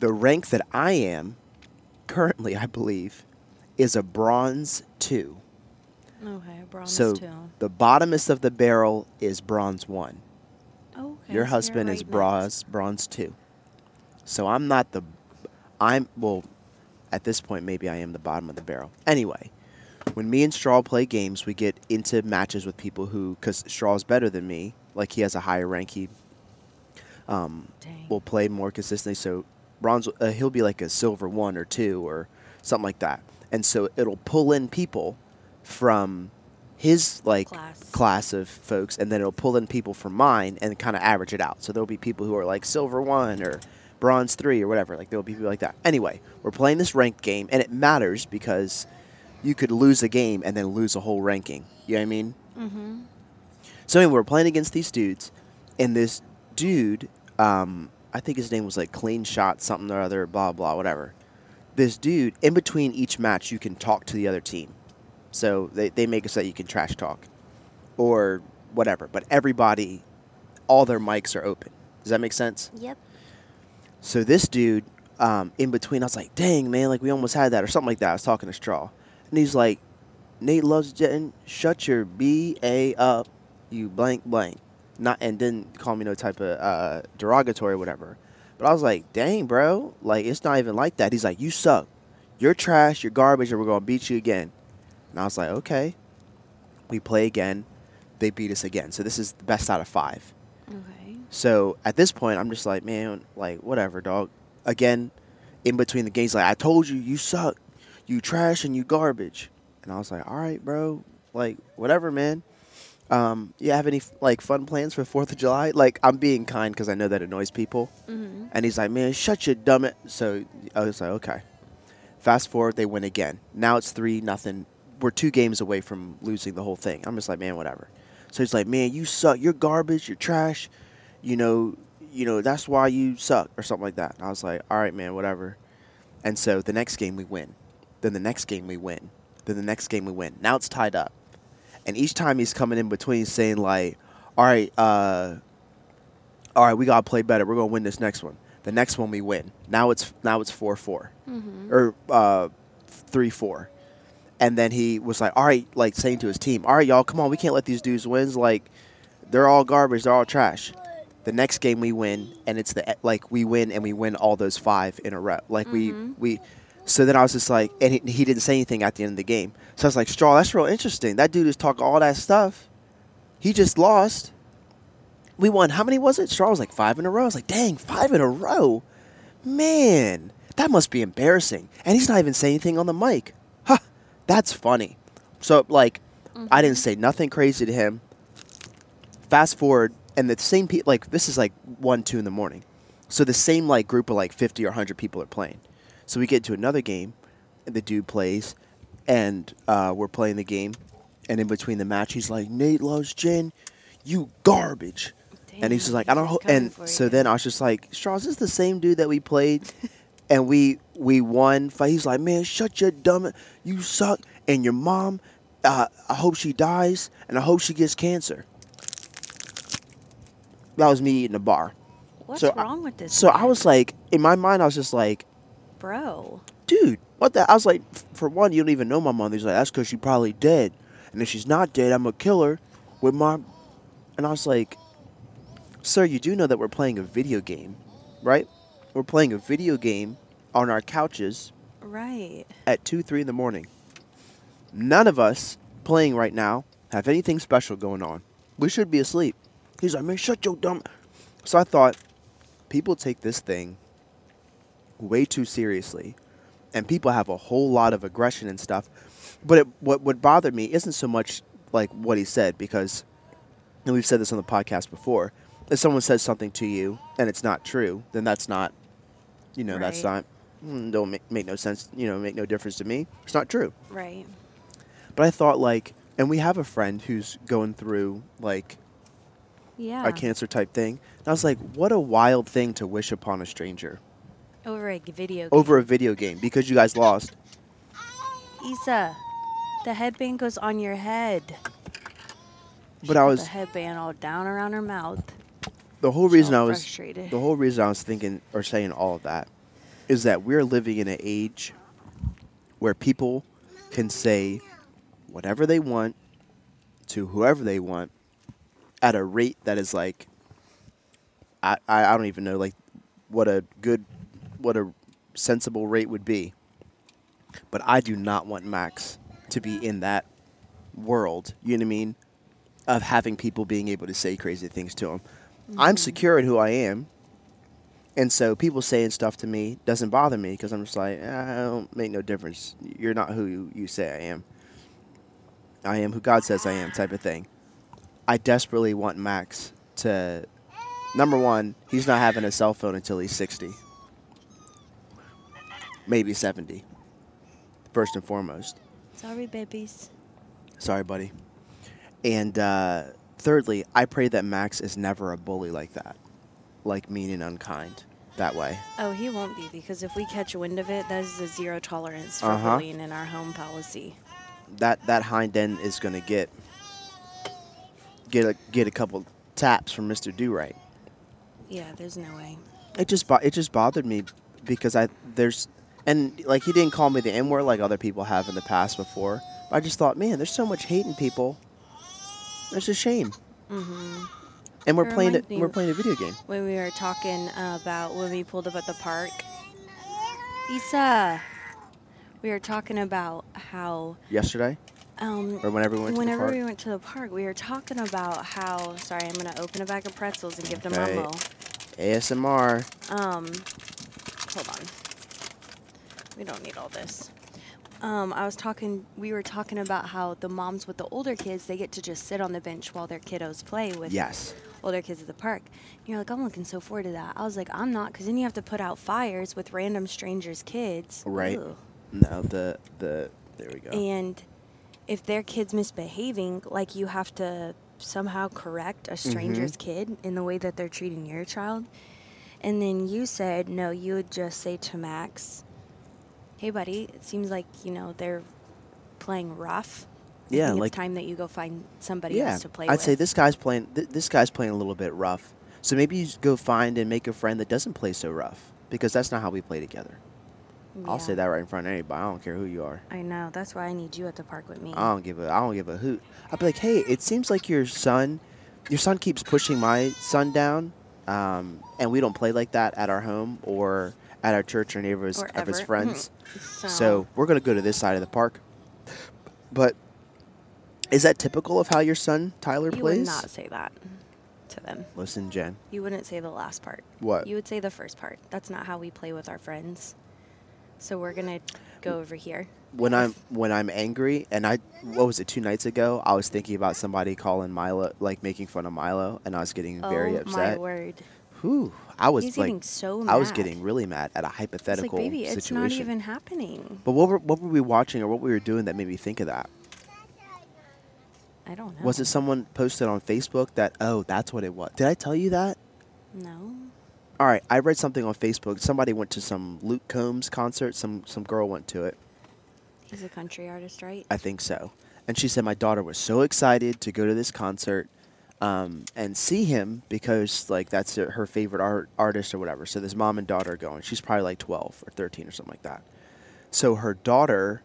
[SPEAKER 2] the rank that I am currently, I believe, is a bronze 2.
[SPEAKER 3] Okay, bronze
[SPEAKER 2] so
[SPEAKER 3] too.
[SPEAKER 2] the bottomest of the barrel is bronze 1.
[SPEAKER 3] Okay.
[SPEAKER 2] Your husband is bronze, bronze two. So I'm not the, I'm well, at this point maybe I am the bottom of the barrel. Anyway, when me and Straw play games, we get into matches with people who, because Straw's better than me, like he has a higher rank, he
[SPEAKER 3] Dang.
[SPEAKER 2] will play more consistently. So bronze, uh, he'll be like a silver one or two or something like that. And so it'll pull in people from his like
[SPEAKER 3] Class.
[SPEAKER 2] class of folks, and then it'll pull in people from mine and kind of average it out. So there'll be people who are like silver one or bronze three or whatever. Like there'll be people like that. Anyway, we're playing this ranked game, and it matters because you could lose a game and then lose a whole ranking. You know what I mean? So anyway, we're playing against these dudes, and this dude, um, I think his name was like Clean Shot something or other, blah blah whatever. This dude, in between each match, you can talk to the other team, so they they make it so that you can trash talk, or whatever. But everybody, all their mics are open. Does that make sense?
[SPEAKER 7] Yep.
[SPEAKER 2] So this dude, um, in between, I was like, dang, man, like we almost had that or something like that. I was talking to Straw. And he's like, Nate loves Jetton. Shut your BA up, you blank blank. Not And didn't call me no type of uh, derogatory or whatever. But I was like, dang, bro. Like, it's not even like that. He's like, you suck. You're trash. You're garbage. And we're going to beat you again. And I was like, okay. We play again. They beat us again. So this is the best out of five.
[SPEAKER 3] Okay.
[SPEAKER 2] So at this point, I'm just like, man, like whatever, dog. Again, in between the games, like I told you, you suck, you trash, and you garbage. And I was like, all right, bro, like whatever, man. Um, you have any like fun plans for Fourth of July? Like I'm being kind because I know that annoys people. And he's like, man, shut your dumb. a-" So I was like, okay. Fast forward, they win again. Now it's three nothing. We're two games away from losing the whole thing. I'm just like, man, whatever. So he's like, man, you suck. You're garbage. You're trash. You know, you know that's why you suck or something like that. And I was like, all right, man, whatever. And so the next game we win. Then the next game we win. Then the next game we win. Now it's tied up. And each time he's coming in between saying like, all right, uh, all right, we gotta play better. We're gonna win this next one. The next one we win. Now it's now it's four or uh, three four, and then he was like, all right, like saying to his team, all right, y'all, come on, we can't let these dudes win. Like they're all garbage, they're all trash. the next game we win, and it's the like we win and we win all those five in a row. Like we we. So then I was just like, and he, he didn't say anything at the end of the game. So I was like, Straw, that's real interesting. That dude is talking all that stuff. He just lost. We won. How many was it? Straw was like five in a row. I was like, dang, five in a row. Man, that must be embarrassing. And he's not even saying anything on the mic. Huh, that's funny. So, like, I didn't say nothing crazy to him. Fast forward, and the same people, like, this is like 1, 2 in the morning. So the same, like, group of like 50 or 100 people are playing. So we get to another game, and the dude plays, and uh, we're playing the game. And in between the match, he's like, Nate loves Jen, you garbage. and he's just like, I don't. Ho-. And so then I was just like, Straw, is this the same dude that we played? and we we won. Fight. He's like, man, shut your dumb. You suck. And your mom, uh, I hope she dies, and I hope she gets cancer. That was me eating a bar.
[SPEAKER 3] What's
[SPEAKER 2] So I-
[SPEAKER 3] wrong with this?
[SPEAKER 2] So I
[SPEAKER 3] man?
[SPEAKER 2] was like, in my mind, I was just like,
[SPEAKER 3] bro.
[SPEAKER 2] dude, what the? I was like, f- for one, you don't even know my mother. He's like, that's because she's probably dead. And if she's not dead, I'm going to kill her with my. And I was like, sir, you do know that we're playing a video game, right? We're playing a video game on our couches
[SPEAKER 3] Right.
[SPEAKER 2] at 2, 3 in the morning. None of us playing right now have anything special going on. We should be asleep. He's like, man, shut your dumb. So I thought, people take this thing way too seriously, and people have a whole lot of aggression and stuff. But it, what what bothered me isn't so much like what he said because, and we've said this on the podcast before. If someone says something to you and it's not true, then that's not, you know, that's not
[SPEAKER 3] Right.
[SPEAKER 2] mm, don't make, make no sense. You know, make no difference to me. It's not true.
[SPEAKER 3] Right.
[SPEAKER 2] But I thought like, and we have a friend who's going through like
[SPEAKER 3] Yeah.
[SPEAKER 2] a cancer type thing. And I was like, what a wild thing to wish upon a stranger
[SPEAKER 3] Over a g- video. Game.
[SPEAKER 2] over a video game because you guys lost.
[SPEAKER 3] Isa, the headband goes on your head.
[SPEAKER 2] But I
[SPEAKER 3] Got
[SPEAKER 2] was
[SPEAKER 3] the headband all down around her mouth.
[SPEAKER 2] the whole reason I
[SPEAKER 3] all
[SPEAKER 2] was
[SPEAKER 3] frustrated.
[SPEAKER 2] the whole reason I was thinking or saying all of that is that we're living in an age where people can say whatever they want to whoever they want at a rate that is like I, I, I don't even know like what a good what a sensible rate would be. But I do not want Max to be in that world, you know what I mean? Of having people being able to say crazy things to him. I'm secure in who I am. And so people saying stuff to me doesn't bother me because I'm just like, "Ah, I don't make no difference. You're not who you, you say I am. I am who God says I am, type of thing. I desperately want Max to. Number one, he's not having a cell phone until he's 60, maybe 70, first and foremost.
[SPEAKER 3] Sorry, babies.
[SPEAKER 2] Sorry, buddy. And uh, thirdly, I pray that Max is never a bully like that, like mean and unkind that way.
[SPEAKER 3] Oh, he won't be because if we catch wind of it, that is a zero tolerance for
[SPEAKER 2] Uh-huh.
[SPEAKER 3] bullying in our home policy.
[SPEAKER 2] That that hind end is gonna get get a get a couple taps from Mister Do Right.
[SPEAKER 3] Yeah, there's no way.
[SPEAKER 2] It just bo- it just bothered me because I there's and like he didn't call me the N word like other people have in the past before. I just thought, man, there's so much hating people. It's a shame. Mm-hmm. And we're
[SPEAKER 3] It
[SPEAKER 2] playing it.
[SPEAKER 3] reminds me-
[SPEAKER 2] We're playing a video game.
[SPEAKER 3] When we were talking about when we pulled up at the park, Isa, we were talking about how
[SPEAKER 2] Yesterday
[SPEAKER 3] um,
[SPEAKER 2] or whenever we went to the
[SPEAKER 3] Whenever
[SPEAKER 2] park.
[SPEAKER 3] we went to the park, we were talking about how. Sorry, I'm gonna open a bag of pretzels and give to
[SPEAKER 2] Okay.
[SPEAKER 3] Mumbo.
[SPEAKER 2] ASMR.
[SPEAKER 3] Um, hold on. We don't need all this. Um, I was talking. We were talking about how the moms with the older kids they get to just sit on the bench while their kiddos play with
[SPEAKER 2] Yes.
[SPEAKER 3] older kids at the park. And you're like, I'm looking so forward to that. I was like, I'm not, because then you have to put out fires with random strangers' kids.
[SPEAKER 2] Right.
[SPEAKER 3] Ugh.
[SPEAKER 2] No, the the there we go.
[SPEAKER 3] And if their kid's misbehaving, like you have to somehow correct a stranger's
[SPEAKER 2] Mm-hmm.
[SPEAKER 3] kid in the way that they're treating your child. And then you said, no, you would just say to Max, hey, buddy, it seems like, you know, they're playing rough. I
[SPEAKER 2] Yeah,
[SPEAKER 3] think
[SPEAKER 2] like-
[SPEAKER 3] it's time that you go find somebody
[SPEAKER 2] yeah,
[SPEAKER 3] else to play
[SPEAKER 2] I'd
[SPEAKER 3] with.
[SPEAKER 2] say this guy's playing. Th- this guy's playing a little bit rough. So maybe you just go find and make a friend that doesn't play so rough because that's not how we play together. I'll say
[SPEAKER 3] Yeah.
[SPEAKER 2] that right in front of anybody. I don't care who you are.
[SPEAKER 3] I know. That's why I need you at the park with me.
[SPEAKER 2] I don't give a. I don't give a hoot. I'd be like, hey, it seems like your son, your son keeps pushing my son down. um, and we don't play like that at our home or at our church or neighbors
[SPEAKER 5] Or
[SPEAKER 2] of his
[SPEAKER 5] ever.
[SPEAKER 2] friends.
[SPEAKER 3] So,
[SPEAKER 2] So we're going to go to this side of the park. But is that typical of how your son Tyler
[SPEAKER 6] You would
[SPEAKER 2] plays?
[SPEAKER 6] not say that to them.
[SPEAKER 2] Listen, Jen.
[SPEAKER 6] You wouldn't say the last part.
[SPEAKER 2] What?
[SPEAKER 6] You would say the first part. That's not how we play with our friends. So we're gonna go over here.
[SPEAKER 2] When I'm when I'm angry, and I what was it two nights ago? I was thinking about somebody calling Milo, like making fun of Milo, and I was getting very
[SPEAKER 6] oh
[SPEAKER 2] upset.
[SPEAKER 6] my word!
[SPEAKER 2] Whew, I was
[SPEAKER 6] He's
[SPEAKER 2] like,
[SPEAKER 6] getting so
[SPEAKER 2] I was
[SPEAKER 6] mad.
[SPEAKER 2] getting really mad at a
[SPEAKER 6] It's
[SPEAKER 2] hypothetical
[SPEAKER 6] like, baby,
[SPEAKER 2] situation.
[SPEAKER 6] it's not even happening.
[SPEAKER 2] But what were what were we watching or what we were doing that made me think of that?
[SPEAKER 6] I don't know.
[SPEAKER 2] Was it someone posted on Facebook that oh that's what it was? Did I tell you that?
[SPEAKER 6] No.
[SPEAKER 2] All right, I read something on Facebook. Somebody went to some Luke Combs concert. Some some girl went to it.
[SPEAKER 6] He's a country artist, right?
[SPEAKER 2] I think so. And she said my daughter was so excited to go to this concert um, and see him because like that's her- her favorite art, artist or whatever. So this mom and daughter are going. She's probably like 12 or 13 or something like that. So her daughter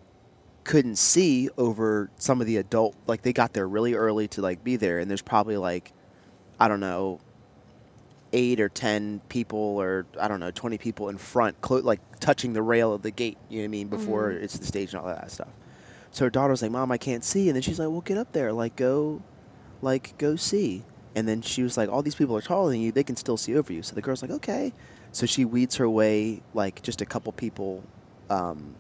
[SPEAKER 2] couldn't see over some of the adult like they got there really early to like be there and there's probably like I don't know 8 or 10 people or I don't know 20 people in front clo- like touching the rail of the gate, you know what I mean, before it's the stage and all that stuff. So her daughter was like, "Mom, I can't see." And then she's like, "Well, get up there, like go, like go see." And then she was like, "All these people are taller than you; they can still see over you." So the girl's like, "Okay." So she weeds her way like just a couple people, um,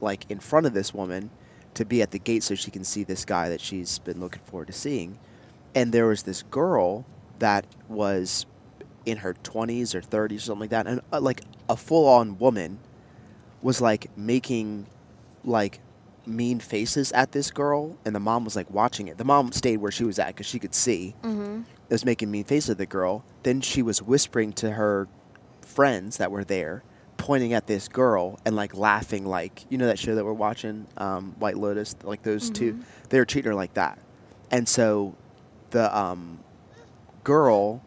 [SPEAKER 2] like in front of this woman, to be at the gate so she can see this guy that she's been looking forward to seeing. And there was this girl that was in her twenties or thirties or something like that, and uh, like a full-on woman was like making like mean faces at this girl and the mom was like watching it the mom stayed where she was at because she could see mm-hmm. it was making mean faces at the girl then she was whispering to her friends that were there pointing at this girl and like laughing like you know that show that we're watching um, white lotus like those two they were treating her like that and so the um, girl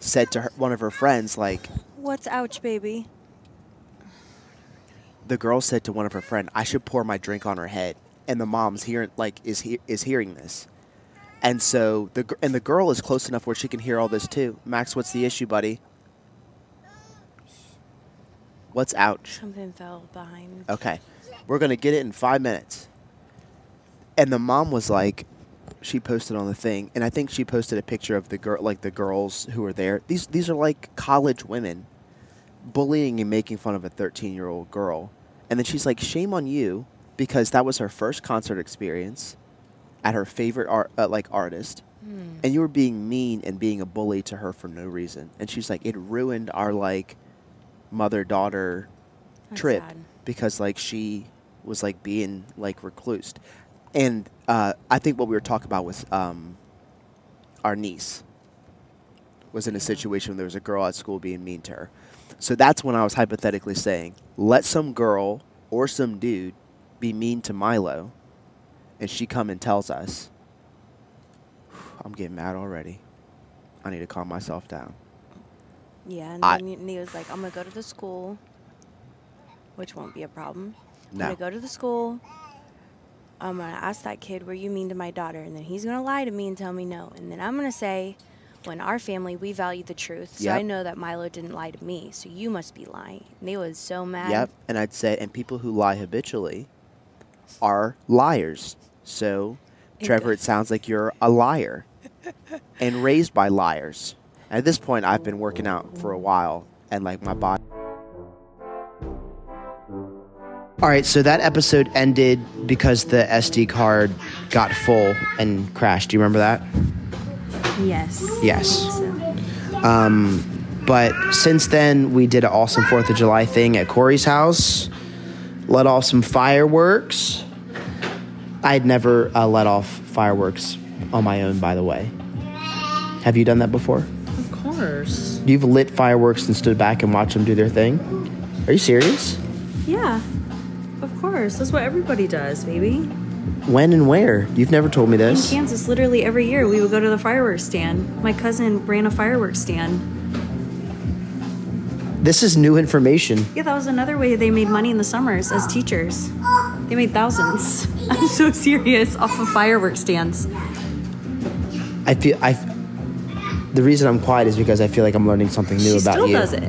[SPEAKER 2] said to her, one of her friends like
[SPEAKER 3] what's ouch, baby?
[SPEAKER 2] the girl said to one of her friend, "I should pour my drink on her head." And the mom's hearing like is he- is hearing this. And so the gr- and the girl is close enough where she can hear all this too. Max, what's the issue, buddy? What's ouch?
[SPEAKER 6] Something fell behind.
[SPEAKER 2] Okay. We're going to get it in 5 minutes. And the mom was like she posted on the thing and I think she posted a picture of the girl like the girls who were there. These these are like college women bullying and making fun of a 13 year old girl. And then she's like, shame on you, because that was her first concert experience at her favorite art, uh, like artist. And you were being mean and being a bully to her for no reason. And she's like, it ruined our like mother daughter trip
[SPEAKER 6] sad.
[SPEAKER 2] because like she was like being like recluse. And uh, I think what we were talking about was um, our niece was in a situation where there was a girl at school being mean to her. So that's when I was hypothetically saying, let some girl or some dude be mean to Milo, and she come and tells us. I'm getting mad already. I need to calm myself down.
[SPEAKER 3] Yeah, and
[SPEAKER 2] I-
[SPEAKER 3] then he- and he was like, I'm gonna go to the school, which won't be a problem. I'm
[SPEAKER 2] No.
[SPEAKER 3] gonna go to the school. I'm gonna ask that kid, Were you mean to my daughter? And then he's gonna lie to me and tell me no. And then I'm gonna say, When our family, we value the truth. So I
[SPEAKER 2] Yep.
[SPEAKER 3] know that Milo didn't lie to me. So you must be lying. And he was so mad.
[SPEAKER 2] Yep. And I'd say, and people who lie habitually are liars. So, Trevor, it sounds like you're a liar and raised by liars. At this point, I've been working out for a while, and like my body.
[SPEAKER 4] All right, so that episode ended because the SD card got full and crashed. Do you remember that?
[SPEAKER 3] Yes.
[SPEAKER 4] Yes. Um, But since then, we did an awesome 4th of July thing at Corey's house, let off some fireworks. I'd never uh, let off fireworks on my own, by the way. Have you done that before?
[SPEAKER 7] Of course.
[SPEAKER 4] You've lit fireworks and stood back and watched them do their thing? Are you serious?
[SPEAKER 7] Yeah. Of course. That's what everybody does, baby.
[SPEAKER 4] When and where? You've never told me this.
[SPEAKER 7] Kansas, literally every year, we would go to the fireworks stand. My cousin ran a fireworks stand.
[SPEAKER 4] This is new information.
[SPEAKER 7] Yeah, that was another way they made money in the summers as teachers. They made thousands. I'm so serious off of fireworks stands.
[SPEAKER 4] I feel I. f- the reason I'm quiet is because I feel like I'm learning something new
[SPEAKER 7] she
[SPEAKER 4] about
[SPEAKER 7] still
[SPEAKER 4] you.
[SPEAKER 7] does it.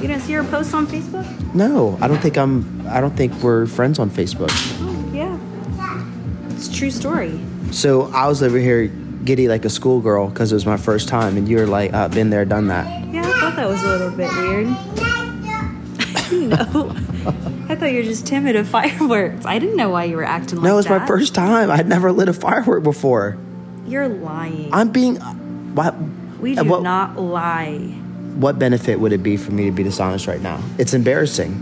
[SPEAKER 7] You didn't see her post on Facebook?
[SPEAKER 4] No, I don't think I'm. I don't think we're friends on Facebook.
[SPEAKER 7] Oh, yeah. It's a true story.
[SPEAKER 4] So I was over here giddy like a schoolgirl because it was my first time, and you were like, uh, "Been there, done that."
[SPEAKER 7] Yeah, I thought that was a little bit weird. no. I thought you were just timid of fireworks. I didn't know why you were acting like that.
[SPEAKER 4] No, it was my first time. I'd never lit a firework before.
[SPEAKER 7] You're lying.
[SPEAKER 4] I'm being. What?
[SPEAKER 7] we do
[SPEAKER 4] and what,
[SPEAKER 7] not lie.
[SPEAKER 4] What benefit would it be for me to be dishonest right now? It's embarrassing.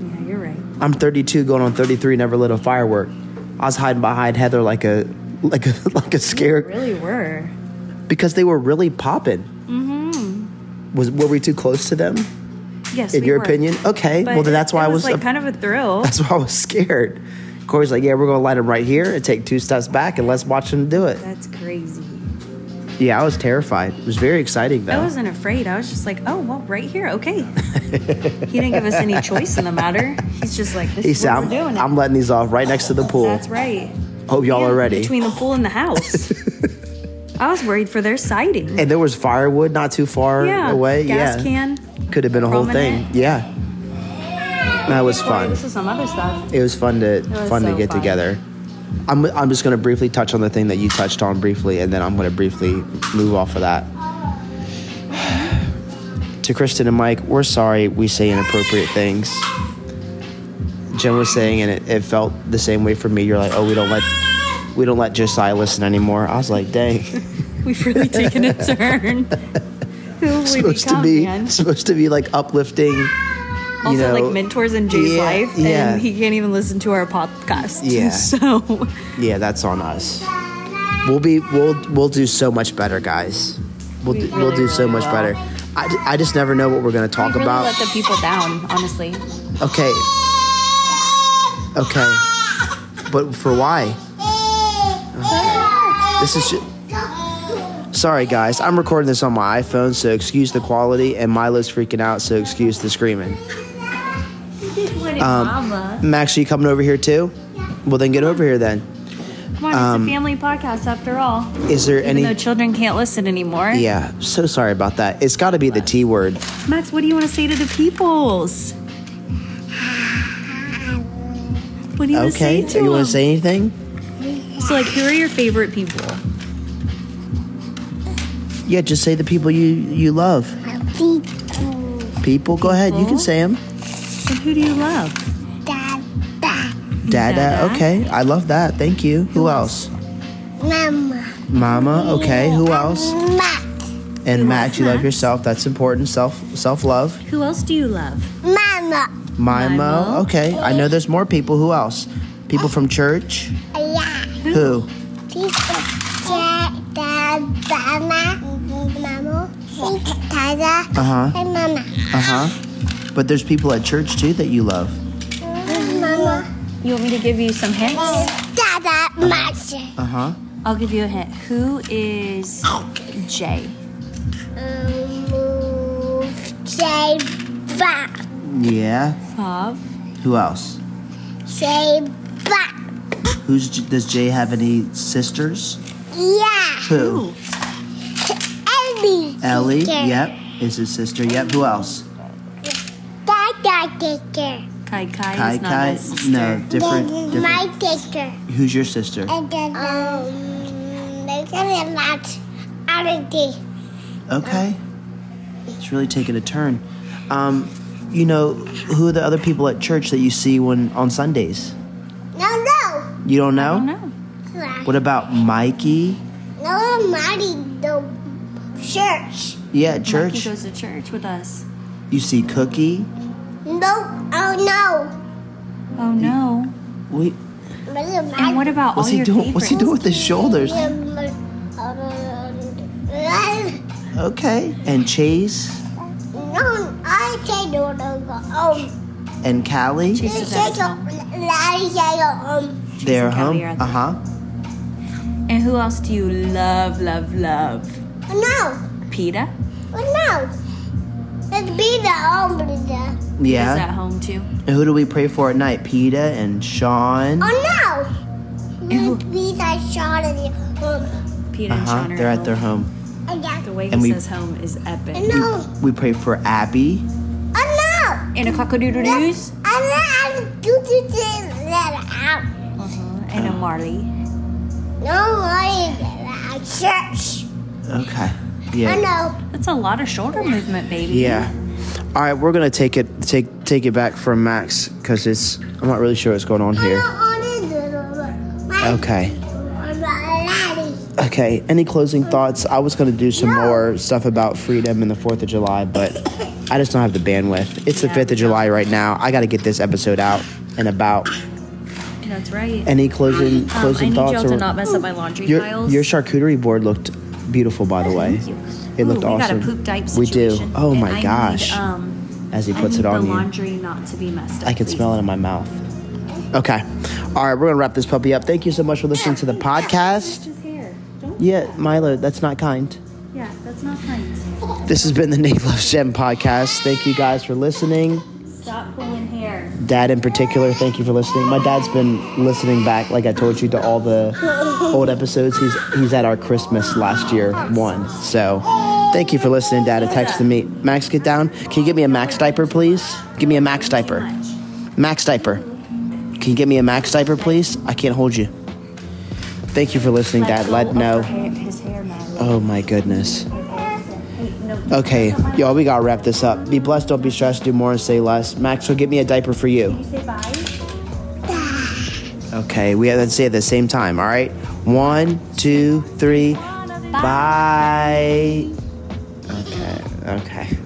[SPEAKER 7] Yeah, you're right.
[SPEAKER 4] I'm 32, going on 33, never lit a firework. I was hiding behind Heather like a like a like a
[SPEAKER 7] You
[SPEAKER 4] scared
[SPEAKER 7] really were.
[SPEAKER 4] because they were really popping. Mm-hmm. Was were we too close to them?
[SPEAKER 7] Yes,
[SPEAKER 4] In
[SPEAKER 7] Mm-hmm. we
[SPEAKER 4] your
[SPEAKER 7] were.
[SPEAKER 4] opinion? Okay.
[SPEAKER 7] But
[SPEAKER 4] well, then that's
[SPEAKER 7] it-
[SPEAKER 4] why
[SPEAKER 7] it
[SPEAKER 4] I was
[SPEAKER 7] like
[SPEAKER 4] a-
[SPEAKER 7] kind of a thrill.
[SPEAKER 4] That's why I was scared. Corey's like, yeah, we're gonna light him right here and take two steps back and let's watch him do it.
[SPEAKER 7] That's crazy.
[SPEAKER 4] Yeah, I was terrified. It was very exciting
[SPEAKER 7] I
[SPEAKER 4] though.
[SPEAKER 7] wasn't afraid. I was just like, oh, well, right here. Okay. he didn't give us any choice in the matter. He's just like, this
[SPEAKER 4] he
[SPEAKER 7] is
[SPEAKER 4] said,
[SPEAKER 7] what
[SPEAKER 4] I'm,
[SPEAKER 7] we're doing.
[SPEAKER 4] I'm letting these off right next to the pool.
[SPEAKER 7] That's right.
[SPEAKER 4] Hope y'all
[SPEAKER 7] Yeah,
[SPEAKER 4] are ready.
[SPEAKER 7] Between the pool and the house. I was worried for their sighting.
[SPEAKER 4] and there was firewood not too far
[SPEAKER 7] yeah.
[SPEAKER 4] away.
[SPEAKER 7] Gas
[SPEAKER 4] yeah,
[SPEAKER 7] can.
[SPEAKER 4] could have been a whole thing.
[SPEAKER 7] Prominent.
[SPEAKER 4] Yeah, that was
[SPEAKER 7] Boy,
[SPEAKER 4] fun.
[SPEAKER 7] this is some other stuff.
[SPEAKER 4] It was fun to
[SPEAKER 7] was
[SPEAKER 4] fun to
[SPEAKER 7] so
[SPEAKER 4] get
[SPEAKER 7] fun.
[SPEAKER 4] together. I'm, I'm just going to briefly touch on the thing that you touched on briefly, and then I'm going to briefly move off of that. to Kristen and Mike, we're sorry we say inappropriate things. Jen was saying, and it, it felt the same way for me. You're like, oh, we don't let we don't let Josiah listen anymore. I was like, dang,
[SPEAKER 7] We've really taken a turn. Who have we
[SPEAKER 4] supposed to
[SPEAKER 7] become,
[SPEAKER 4] be
[SPEAKER 7] man?
[SPEAKER 4] supposed to be like uplifting. you
[SPEAKER 7] also
[SPEAKER 4] know,
[SPEAKER 7] like mentors in Jay's
[SPEAKER 4] yeah,
[SPEAKER 7] life,
[SPEAKER 4] yeah.
[SPEAKER 7] and he can't even listen to our podcast.
[SPEAKER 4] Yeah.
[SPEAKER 7] So
[SPEAKER 4] Yeah, that's on us. We'll be we'll we'll do so much better, guys. We'll do, we'll do so much better. I, ju- I just never know what we're gonna talk
[SPEAKER 2] really
[SPEAKER 4] about.
[SPEAKER 2] let the people down, honestly.
[SPEAKER 4] okay. Okay. But for why? Okay. This is ju- Sorry guys, I'm recording this on my iPhone, so excuse the quality, and Milo's freaking out, so excuse the screaming. Um, Max, are you coming over here too? Well, then get over here then.
[SPEAKER 7] come on,
[SPEAKER 4] um,
[SPEAKER 7] it's a family podcast after all.
[SPEAKER 4] Is there
[SPEAKER 7] Even though
[SPEAKER 4] any?
[SPEAKER 7] children can't listen anymore.
[SPEAKER 4] Yeah, so sorry about that. It's got to be the T word.
[SPEAKER 7] Max, what do you want to say to the peoples? What do you want to
[SPEAKER 4] Okay.
[SPEAKER 7] say to
[SPEAKER 4] you
[SPEAKER 7] them?
[SPEAKER 4] want to say anything?
[SPEAKER 7] so, like, who are your favorite people?
[SPEAKER 4] Yeah, just say the people you you love. People, go ahead. You can say them.
[SPEAKER 7] And who do you love?
[SPEAKER 4] Dada.
[SPEAKER 7] Dada.
[SPEAKER 4] Okay, I love that. Thank you. Who else? Mama. Okay. Who else? And Max, you love
[SPEAKER 7] Max?
[SPEAKER 4] yourself. That's important. Self self love.
[SPEAKER 7] Who else do you love?
[SPEAKER 4] Mimo.
[SPEAKER 7] Mimo.
[SPEAKER 4] Okay. I know there's more people. Who else? People from church. Who?
[SPEAKER 8] Uh-huh.
[SPEAKER 4] Uh huh. Uh huh. But there's people at church too that you love.
[SPEAKER 7] You want me to give you some hints?
[SPEAKER 4] Uh huh.
[SPEAKER 7] I'll give you a hint. Who is Jay?
[SPEAKER 4] Yeah.
[SPEAKER 7] Bob.
[SPEAKER 4] Who else? Who's J- does Jay have any sisters? Who? Ellie. Yep. Is his sister. Yep. Who else?
[SPEAKER 7] Kai Kai,
[SPEAKER 4] Kai
[SPEAKER 7] is not
[SPEAKER 4] Kai.
[SPEAKER 7] his sister.
[SPEAKER 4] No, different. different.
[SPEAKER 8] My sister.
[SPEAKER 4] Who's your sister?
[SPEAKER 8] And then, um, they got a lot out of this.
[SPEAKER 4] Okay. It's really taking a turn. Um, you know, who are the other people at church that you see when on Sundays?
[SPEAKER 8] No, no.
[SPEAKER 4] You don't know?
[SPEAKER 7] Oh,
[SPEAKER 4] What
[SPEAKER 8] What
[SPEAKER 4] about Mikey?
[SPEAKER 8] no, Marty, the church.
[SPEAKER 4] Yeah, at
[SPEAKER 7] He
[SPEAKER 4] church.
[SPEAKER 7] goes to church with us.
[SPEAKER 4] You see Cookie.
[SPEAKER 8] No, oh
[SPEAKER 7] Oh no.
[SPEAKER 4] Wait,
[SPEAKER 8] no. Little
[SPEAKER 7] And what
[SPEAKER 8] Marty.
[SPEAKER 7] about
[SPEAKER 4] what's
[SPEAKER 7] all
[SPEAKER 4] he
[SPEAKER 7] your
[SPEAKER 4] doing?
[SPEAKER 7] favorites?
[SPEAKER 4] What's he doing with his shoulders?
[SPEAKER 8] Little Mar- um,
[SPEAKER 4] Okay. And Chase
[SPEAKER 8] No, I say no, no, no. Um,
[SPEAKER 4] and Callie.
[SPEAKER 8] you say no, Larry say no, um,
[SPEAKER 4] They're
[SPEAKER 7] and Callie
[SPEAKER 4] home.
[SPEAKER 7] are at
[SPEAKER 4] Uh
[SPEAKER 7] the-
[SPEAKER 4] huh.
[SPEAKER 7] And who else do you love, love, love?
[SPEAKER 8] no,
[SPEAKER 7] Peta
[SPEAKER 8] no. Let's be the um, the-
[SPEAKER 7] is at
[SPEAKER 4] Yeah.
[SPEAKER 7] home too.
[SPEAKER 4] And who do we pray for at night? PETA and Sean.
[SPEAKER 8] Oh no. Let's be the shot of the um,
[SPEAKER 7] Pete and
[SPEAKER 4] Uh-huh.
[SPEAKER 7] Sean are
[SPEAKER 4] They're
[SPEAKER 7] in
[SPEAKER 4] at their home.
[SPEAKER 8] Oh, yeah.
[SPEAKER 7] The way he
[SPEAKER 4] And we-
[SPEAKER 7] says home is epic.
[SPEAKER 8] Oh, no.
[SPEAKER 4] We pray for Abby.
[SPEAKER 8] Oh, no.
[SPEAKER 7] In a cockadoodle-doos
[SPEAKER 8] I'm not I'm doing that out.
[SPEAKER 7] and a Marley.
[SPEAKER 8] Oh, No worries about church.
[SPEAKER 4] Okay.
[SPEAKER 8] I
[SPEAKER 4] Yeah.
[SPEAKER 8] know.
[SPEAKER 7] That's a lot of shoulder movement, baby.
[SPEAKER 4] Yeah. All right, we're gonna take it take take it back from Max because it's I'm not really sure what's going on
[SPEAKER 8] I
[SPEAKER 4] here.
[SPEAKER 8] don't want to do my
[SPEAKER 4] Okay.
[SPEAKER 8] I'm not allowed.
[SPEAKER 4] Okay. Any closing thoughts? I was gonna do some more stuff about freedom and the Fourth of July, but I just don't have the bandwidth. It's the Fifth of July right now. I gotta get this episode out and about.
[SPEAKER 7] That's right.
[SPEAKER 4] Any closing
[SPEAKER 7] um, I
[SPEAKER 4] closing
[SPEAKER 7] need
[SPEAKER 4] thoughts?
[SPEAKER 7] y'all to
[SPEAKER 4] or-
[SPEAKER 7] not mess up my laundry
[SPEAKER 4] your
[SPEAKER 7] piles.
[SPEAKER 4] your charcuterie board looked beautiful, by the way.
[SPEAKER 7] Thank you.
[SPEAKER 4] It looked
[SPEAKER 7] Ooh, we
[SPEAKER 4] awesome.
[SPEAKER 7] got a poop diape
[SPEAKER 4] we do.
[SPEAKER 7] situation,
[SPEAKER 4] Oh
[SPEAKER 7] and
[SPEAKER 4] my
[SPEAKER 7] I need,
[SPEAKER 4] gosh!
[SPEAKER 7] um,
[SPEAKER 4] As he
[SPEAKER 7] I
[SPEAKER 4] puts
[SPEAKER 7] need
[SPEAKER 4] it on
[SPEAKER 7] the
[SPEAKER 4] you.
[SPEAKER 7] laundry not to be messed up.
[SPEAKER 4] I can
[SPEAKER 7] please.
[SPEAKER 4] smell it in my mouth. Okay. All right, we're gonna wrap this puppy up. Thank you so much for listening to the podcast.
[SPEAKER 7] His hair. Don't.
[SPEAKER 4] Yeah, Milo, that's not kind.
[SPEAKER 7] Yeah, that's not kind.
[SPEAKER 4] This has been the Nate Loves Gem podcast. Thank you guys for listening.
[SPEAKER 7] Stop pulling hair.
[SPEAKER 4] Dad in particular, thank you for listening. My dad's been listening back, like I told you, to all the old episodes. He's he's at our Christmas last year one. So thank you for listening, Dad. and texted me. Max, get down. Can you get me a Max diaper, please? Give me a Max diaper. Max diaper. Can you get me a Max diaper, please? I can't hold you. Thank you for listening, Dad. Let know.
[SPEAKER 7] His hair, Madeline.
[SPEAKER 4] Oh my goodness.
[SPEAKER 7] Hey, no,
[SPEAKER 4] Okay, y'all, we gotta wrap this up. Be blessed, don't be stressed, do more and say less. Max, will get me a diaper for you.
[SPEAKER 7] you say bye.
[SPEAKER 4] Okay, we have to say it at the same time, all right? One, two, three, bye. Okay, okay.